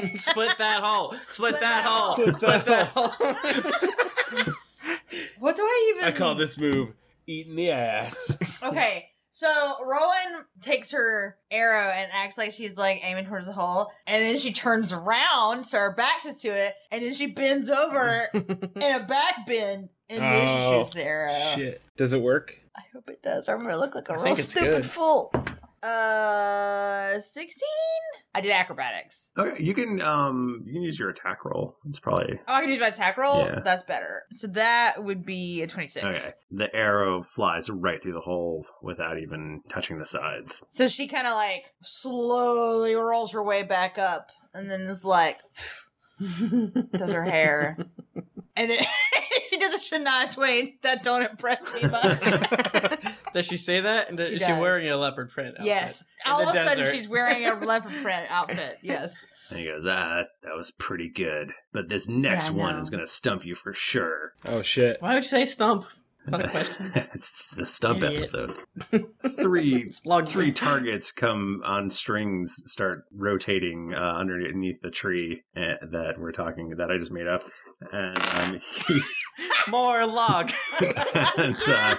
C: know.
D: <laughs>
C: <laughs>
E: Split that hole. Split that hole.
C: Split
E: Split that hole.
D: what do I even?
C: <laughs> I call this move eating the ass.
D: Okay, so Rowan takes her arrow and acts like she's like aiming towards the hole, and then she turns around so her back is to it, and then she bends
C: <laughs>
D: over in a back bend, and then she shoots the arrow.
C: Oh, Shit. Does it work?
D: I hope it does. or I'm gonna look like a
C: I
D: real
C: think it's
D: stupid
C: good.
D: fool. Uh, sixteen. I did acrobatics.
A: okay you can um you can use your attack roll it's probably
D: Oh, I can use my attack roll.
A: Yeah.
D: That's better. So that would be a twenty-six.
A: okay the arrow flies right through the hole without even touching the sides
D: So she kind of like slowly rolls her way back up and then is like, <laughs> does her
A: <laughs>
D: hair. And then <laughs> she does a Shania Twain. That don't impress
A: <laughs>
D: me much.
E: Does she say that? And
D: She
E: is she
D: does.
E: wearing a leopard print? outfit?
D: yes.
E: In
D: All
E: the
D: of a sudden,
E: desert.
D: she's wearing
E: <laughs>
D: a leopard print outfit. Yes.
A: and he goes ah that was pretty good but this next
D: Yeah, I
A: one
D: know.
A: is gonna stump you for sure <laughs>
C: oh shit
E: Why would you say stump? It's not a question. <laughs>
A: it's the stump
E: Idiot.
A: episode.
D: <laughs>
A: Three three targets come on strings, start rotating uh, underneath the tree eh, that we're talking that I just made up, and um, he
E: More log.
A: <laughs> and uh,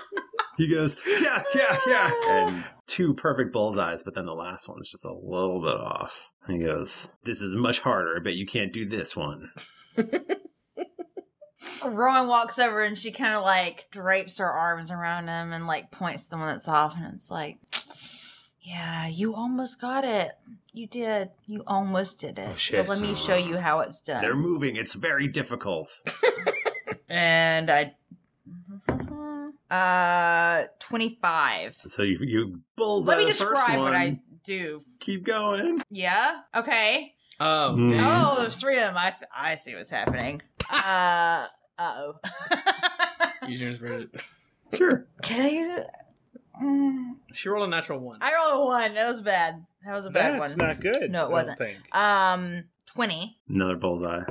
A: he goes yeah yeah yeah, and two perfect bullseyes, but then the last one's just a little bit off. And he goes, "This is much harder. I bet you can't do this one."
D: Rowan walks over and she kind of like drapes her arms around him and like points to the one that's off. And it's like, yeah, you almost got it. You did. You almost did it.
A: Oh, shit.
D: But let me show you how it's done.
A: They're moving. It's very difficult.
D: and I uh 25.
A: So you you bullseye
D: Let me
A: the first
D: describe
A: one.
D: what I do.
A: Keep going.
D: Yeah. Okay.
E: Oh,
A: Mm.
D: Oh, there's three of them. I, s- I see what's happening. Uh oh.
E: Use yours for it.
A: Sure.
D: Can I use it? Mm.
E: She rolled a natural one.
D: I rolled a one. That was bad. That was a bad
E: That's
D: one.
E: not good, I
D: No, it
E: don't
D: wasn't.
E: think.
D: Um, twenty.
A: Another bullseye.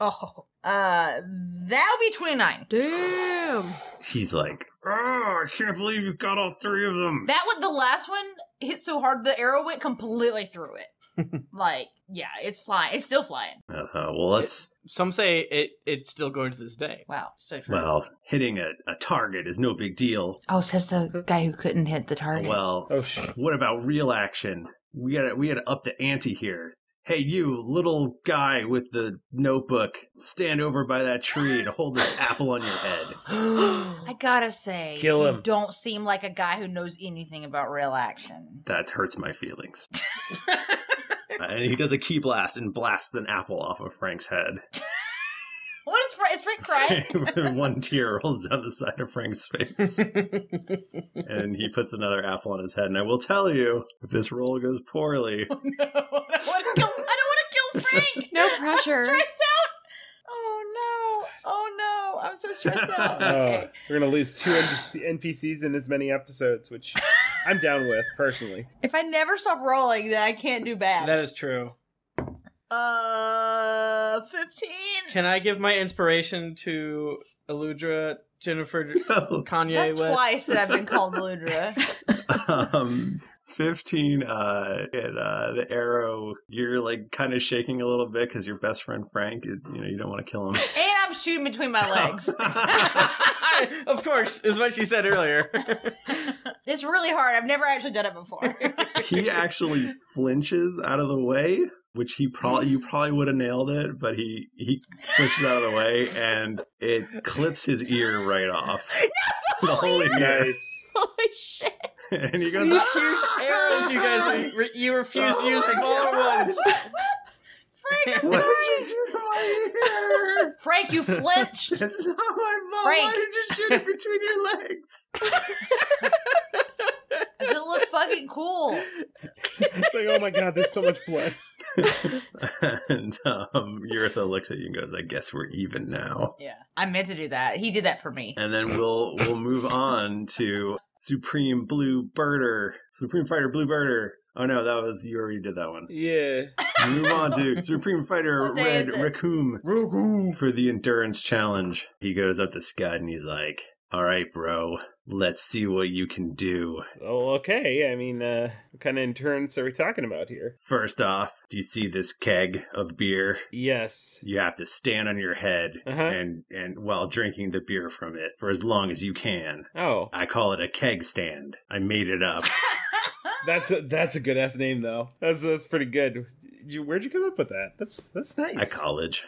D: Oh, uh, that would be twenty-nine. Damn.
A: He's like, Oh, I can't believe you got all three
D: <laughs>
A: of them.
D: That one, the last one hit so hard the arrow went completely through it.
A: <laughs>
D: like, yeah, it's flying. It's still flying.
A: Uh, well, let's.
E: Some say it it's still going to this day.
D: Wow, so true.
A: Well, hitting a, a target is no big deal.
D: Oh, says the guy who couldn't hit the target.
A: Well, what about real action? We gotta we gotta up the ante here. Hey, you little guy with the notebook, stand over by that tree and hold this apple on your head.
D: <gasps> I gotta say,
A: Kill
D: you
A: him.
D: don't seem like a guy who knows anything about real action.
A: That hurts my feelings. Uh, and he does a key blast and blasts an apple off of Frank's head. <laughs>
D: What is Frank? Is Frank crying?
A: One tear rolls down the side of Frank's face. and he puts another apple on his head. And I will tell you, if this roll goes poorly,
B: No pressure.
D: stressed out. Oh no! Oh no! I'm so stressed out.
A: <laughs>
C: <laughs> Oh, we're gonna lose two NPC- NPCs in as many
F: <laughs>
C: episodes, which I'm down with personally.
D: If I never stop rolling, then I can't do bad.
E: That is true.
D: Uh, fifteen.
E: Can I give my inspiration to Eludra,
A: <laughs>
E: Jennifer, Kanye
D: That's
E: West?
D: twice that I've
E: <laughs>
D: been called <laughs> Ludra.
A: um, 15 uh it uh the arrow you're like kind of shaking a little bit because your best friend frank you, you know you don't want to kill him
D: and I'm shooting between
A: <laughs>
D: my legs.
E: <laughs> of course, as much she said earlier.
D: It's really hard. I've never actually done it before.
A: he actually flinches out of the way which he probably you probably would have nailed it but he he flinches out of the way and it clips his ear right off the whole ear
C: nice
B: Holy shit.
A: <laughs> and he goes
E: These
A: <laughs> "Ah!"
E: huge arrows, you guys, you re- you refuse to use smaller
D: <laughs>
E: ones.
A: <laughs>
D: Frank, I'm
E: What
D: sorry. <laughs> Frank, you
A: <laughs>
D: flinched.
A: It's not my fault.
D: Frank.
A: Why did you shoot it between your legs?
D: <laughs> Does it look fucking
A: <laughs>
D: cool?
C: It's like, oh my god, there's so much blood.
A: "Ah!" <laughs> and um Uritha looks at you and goes i guess we're even now
D: Yeah, I meant to do that. He did that for me.
A: and then we'll we'll move on to Supreme Blue Birder, Supreme Fighter Blue Birder. Oh no, that was you already did that one.
C: Yeah.
A: <laughs> Move on to Supreme Fighter
C: What day
A: Red
C: is it?
A: Raccoon for the endurance challenge. He goes up to Scott and he's like, "All right, bro, let's see what you can do."
C: Oh, okay. I mean, uh, what kind of interns are we talking about here?
A: First off, do you see this keg of beer?
C: Yes. Uh-huh.
A: You have to stand on your head and and while drinking the beer from it for as long as you can.
C: Oh.
A: I call it a keg stand. I made it up.
C: That's a, that's a good ass name though. That's that's pretty good. You, where'd you come up with that? That's that's nice.
A: At
C: <laughs>
A: college.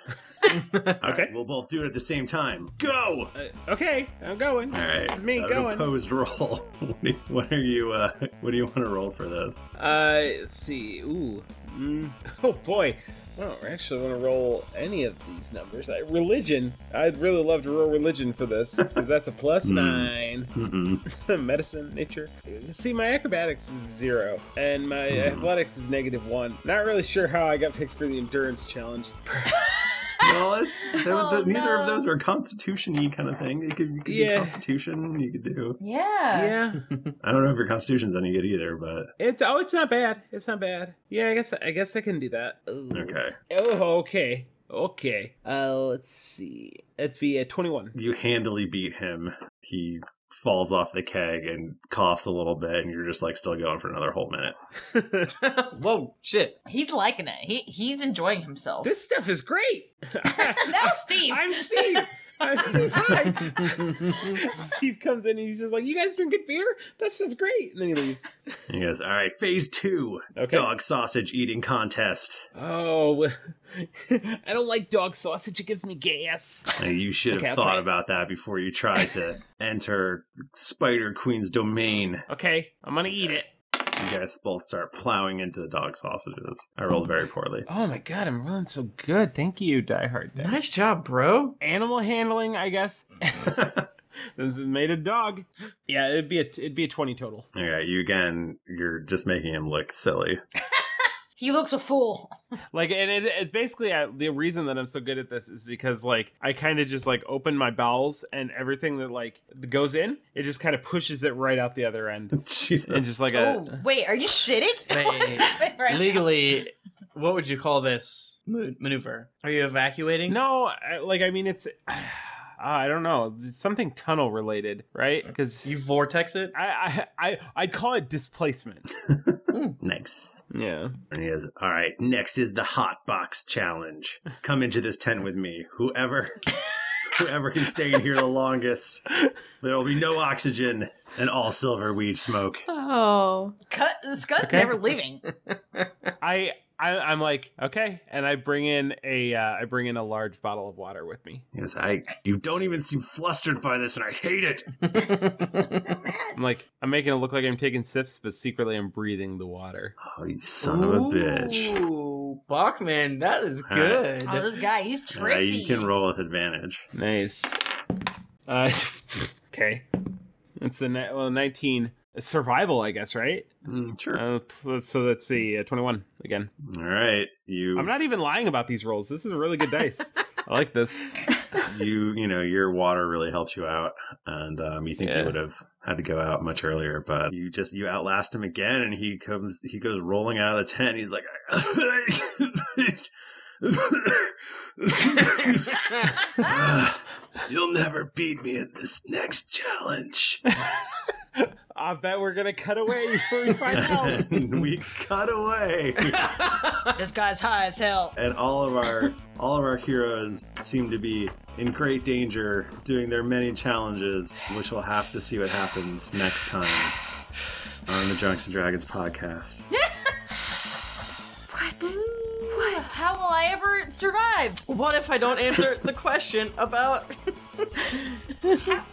A: okay. we'll both do it at the same time. Go.
C: okay, I'm going.
A: All right.
C: Uh, This is me
A: an
C: going.
A: Opposed roll. <laughs> what, do you, what are you? Uh, what do you want to roll for this?
C: Uh, let's see. Ooh. Mm. <laughs> Oh boy. I don't actually want to roll any of these numbers. I, religion. I'd really love to roll religion
A: <laughs>
C: for this because that's a plus
A: Mm.
C: nine.
A: Mm-mm.
C: <laughs> Medicine, nature. See, my acrobatics is zero, and my
A: Hmm.
C: athletics is negative one. Not really sure how I got picked for the
A: <laughs>
C: endurance challenge.
A: well, it's There-
C: Oh,
A: th- neither of those are constitution-y kind of thing. You could, you could
C: Yeah.
A: do constitution. You could do.
D: Yeah.
C: Yeah.
A: I don't know if your constitution's any good either, but
C: It's oh, it's not bad. It's not bad. Yeah, I guess I guess I can do that. Ooh.
A: okay.
C: Oh, okay, okay. Uh, let's see. It'd be a twenty-one.
A: You handily beat him. He falls off the keg and coughs a little bit, and you're just like still going for another whole minute.
E: Whoa, shit.
D: He's liking it. He he's enjoying himself.
C: This stuff
A: <laughs>
C: is great.
D: <laughs> that was Steve.
C: <laughs> I'm Steve. <laughs> I'm Steve. <laughs> Hi. Steve comes in and he's just like, "You guys drinking beer? That sounds great." And then he leaves.
A: And he goes, "All right, phase two. Dog sausage eating contest.
C: Oh, <laughs> I don't like dog sausage. It gives me gas.
A: Now, you should
C: Okay,
A: have
C: I'll
A: thought
C: try it.
A: about that before you tried
C: <laughs>
A: to enter Spider Queen's domain.
C: Okay, I'm gonna eat it.
A: You guys both start plowing into the dog sausages. I rolled very poorly.
C: Oh my god, I'm rolling so good. Thank you, Die Hard. Dice.
E: Nice job, bro.
C: Animal handling, I <laughs> guess. this is made a dog. Yeah, it'd be a it'd be a twenty total.
A: All right, you again. You're just making him look silly.
D: He looks a fool.
C: <laughs> Like, and it, it's basically uh the reason that I'm so good at this is because like I kind of just like open my bowels and everything that like goes in, it just kind of pushes it right out the other end.
A: <laughs> Jesus.
C: And just like
D: Oh,
C: a
D: wait, are you shitting? <laughs> What's happening right now?
E: Legally, what would you call this mo- maneuver? Are you evacuating?
C: no, I, like I mean it's. <sighs> ah, I don't know. It's something tunnel related, right? Because
E: you vortex it.
C: I, I, I, I'd call
E: <laughs>
C: it displacement.
A: Nice.
C: Yeah.
A: And he goes, All right, next is the hot box challenge. Come into this tent with me. Whoever <laughs> whoever can stay in here the longest. There will be no oxygen and all silver weed smoke.
B: Oh.
D: Cut, Scott's
A: <laughs>
C: Okay.
D: never leaving.
C: I, I, I'm like, okay, and I bring in a, uh, I bring in a large bottle of water with me.
A: Yes, I. You don't even seem flustered by this, and I hate it.
C: I'm like, I'm making it look like I'm taking sips, but secretly I'm breathing the water.
A: Oh, you son of a bitch!
E: Ooh, Bachman, that is
A: All right.
E: good.
D: Oh, this guy, he's
A: Uh,
D: tricksy.
A: you can roll with advantage.
C: Nice. Uh, <laughs> okay, it's a ni- well, 19 survival, I guess, right?
A: Mm, sure.
C: Uh, pl- so let's see, uh, 21 again.
A: All right, you.
C: I'm not even lying about these rolls. This is a really good dice. <laughs> I like this.
A: you you know your water really helps you out and um, you think you would have had to go out much earlier but you just you outlast him again and he comes he goes rolling out of the tent he's like <laughs> <laughs> you'll never beat me at this next challenge
C: <laughs> I bet we're gonna cut away before
A: <laughs>
C: we find out.
A: and we cut away
D: this guy's high as hell.
A: and all of our all of our heroes seem to be in great danger doing their many challenges which we'll have to see what happens next time on the drunks and dragons podcast
D: <laughs> What? What? How will I ever survive?
E: What if I don't answer
A: <laughs>
E: the question about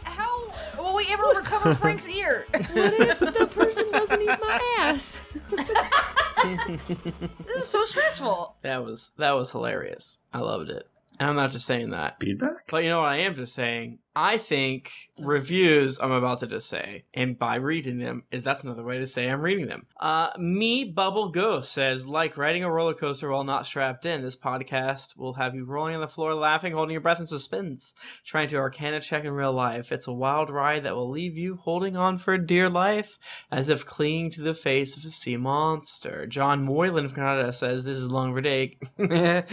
D: How will we ever recover Frank's
B: <laughs>
D: ear?
B: That person doesn't eat my ass.
D: <laughs> this is so stressful.
E: That was that was hilarious. I loved it. And I'm not just saying that.
A: Feedback?
E: But you know what I am just saying? I think reviews I'm about to just say, and by reading them is that's another way to say I'm reading them. Uh me Bubble Ghost says, like riding a roller coaster while not strapped in, this podcast will have you rolling on the floor, laughing, holding your breath in suspense, trying to arcana check in real life. It's a wild ride that will leave you holding on for dear life as if clinging to the face of a sea monster. John Moylan of Canada says, This is long overdue. <laughs> uh,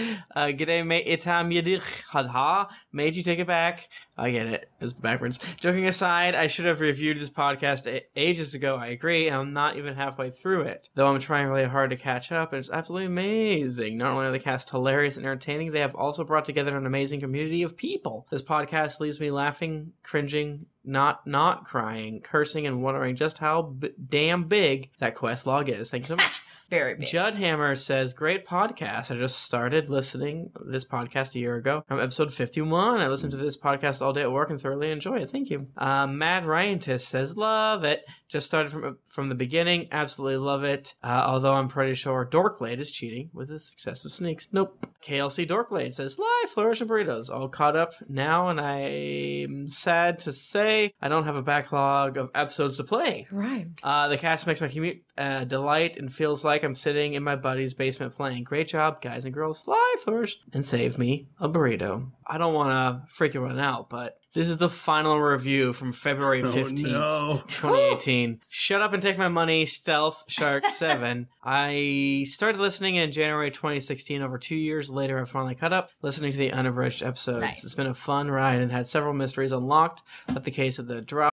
E: G'day, mate. Itam yadich. Hadha. Made you take it back. I get it. It's backwards. Joking aside, I should have reviewed this podcast a- ages ago. I agree. And I'm not even halfway through it. Though I'm trying really hard to catch up, and it's absolutely amazing. Not only are the cast hilarious and entertaining, they have also brought together an amazing community of people. This podcast leaves me laughing, cringing, not not crying, cursing, and wondering just how b- damn big that quest log is. Thanks so much.
D: Very big.
E: Judd Hammer says, Great podcast. I just started listening this podcast a year ago. I'm episode 51. I listen to this podcast all day at work and thoroughly enjoy it. Thank you. Uh, Mad Ryantis says, Love it. Just started from from the beginning. Absolutely love it. Uh, although I'm pretty sure Dorkblade is cheating with the success of Sneaks. Nope. KLC Dorkblade says, Live Flourish and Burritos. All caught up now, and I'm sad to say I don't have a backlog of episodes to play.
B: Right.
E: Uh, the cast makes my commute uh, delight and feels like I'm sitting in my buddy's basement playing. Great job, guys and girls. Fly, flourish, and save me a burrito. I don't want to freak everyone out, but this is the final review from February
A: <laughs> Oh,
E: 15th,
A: no.
E: 2018. Shut up and take my money, Stealth
A: <laughs>
E: Shark 7. I started listening in January 2016. Over two years later, I finally caught up listening to the unabridged episodes.
L: Nice.
E: It's been a fun ride and had several mysteries unlocked, but the case of the drop.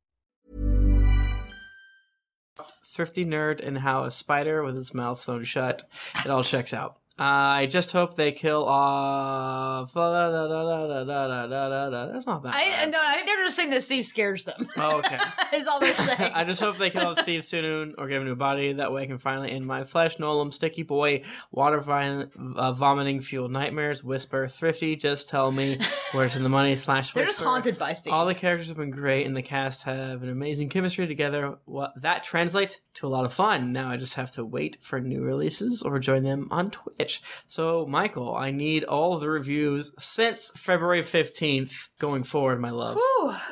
E: Thrifty nerd and how a spider with his mouth sewn shut. It all checks out. I just hope they kill off. That's not that.
D: I no, I think they're just saying that Steve scares them. <laughs>
E: Oh, okay.
D: is all they're saying.
E: <laughs> I just hope they kill off Steve soon or give him a new body. That way I can finally end my flesh. Nolam, Sticky Boy, Water vi- uh, Vomiting Fuel Nightmares, Whisper, Thrifty. Just tell me where's in the money slash
D: They're just
E: Whisper.
D: haunted by Steve.
E: All the characters have been great and the cast have an amazing chemistry together. What That translates to a lot of fun. Now I just have to wait for new releases or join them on Twitch. So, Michael, I need all of the reviews since February 15th going forward, my love.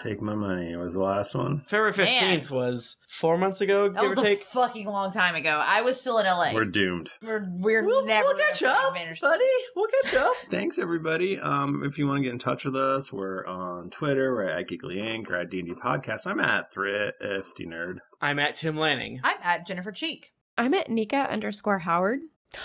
A: Take my money. It was the last one.
E: February 15th was four months ago,
D: that
E: give
D: was
E: or
D: a
E: take.
D: fucking long time ago. I was still in LA.
A: We're doomed.
D: We're, we're never. We'll catch up, buddy.
E: We'll catch up.
A: Thanks everybody. Um, if you want to get in touch with us, we're on Twitter. We're at Geekly Inc. Or at D&D Podcast. I'm at Thrifty Nerd.
E: I'm at Tim Lanning.
D: I'm at Jennifer Cheek.
F: I'm at Nika underscore Howard. <gasps>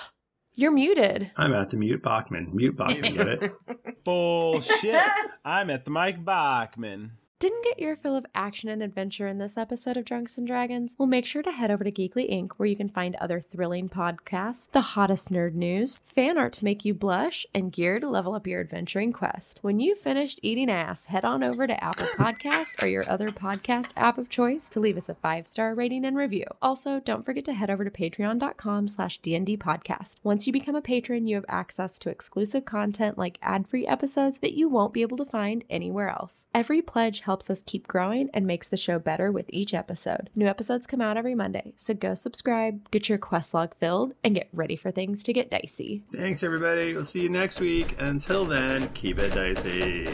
F: You're muted.
A: I'm at the Mute Bachman. Mute Bachman, get it?
C: <laughs> Bullshit. I'm at the Mike Bachman.
F: Didn't get your fill of action and adventure in this episode of Drunks and Dragons? Well, make sure to head over to Geekly Inc., where you can find other thrilling podcasts, the hottest nerd news, fan art to make you blush, and gear to level up your adventuring quest. When you've finished eating ass, head on over to Apple Podcast or your other podcast app of choice to leave us a five-star rating and review. Also, don't forget to head over to patreon.com slash DND podcast. Once you become a patron, you have access to exclusive content like ad-free episodes that you won't be able to find anywhere else. Every pledge helps us keep growing and makes the show better with each episode. New episodes come out every Monday, so go subscribe, get your quest log filled, and get ready for things to get dicey.
A: Thanks everybody. We'll see you next week. Until then, keep it dicey.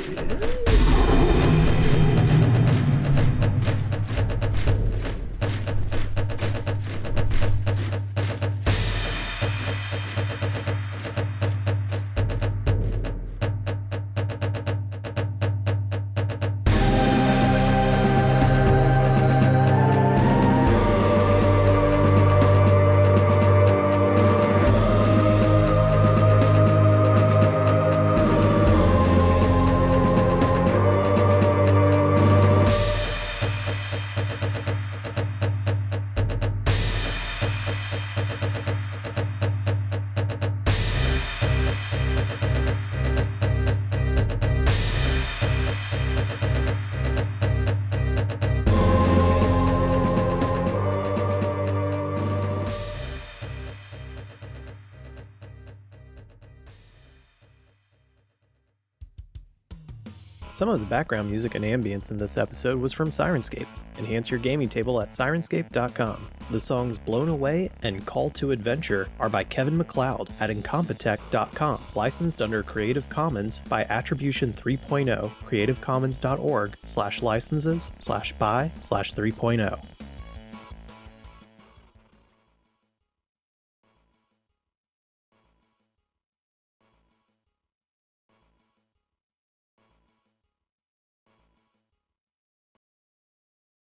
N: Some of the background music and ambience in this episode was from Sirenscape. Enhance your gaming table at sirenscape.com. The songs Blown Away and Call to Adventure are by Kevin McLeod at incompetech.com, licensed under Creative Commons by Attribution oh, 3.0, creativecommons.org, slash oh. licenses, slash buy, slash 3.0.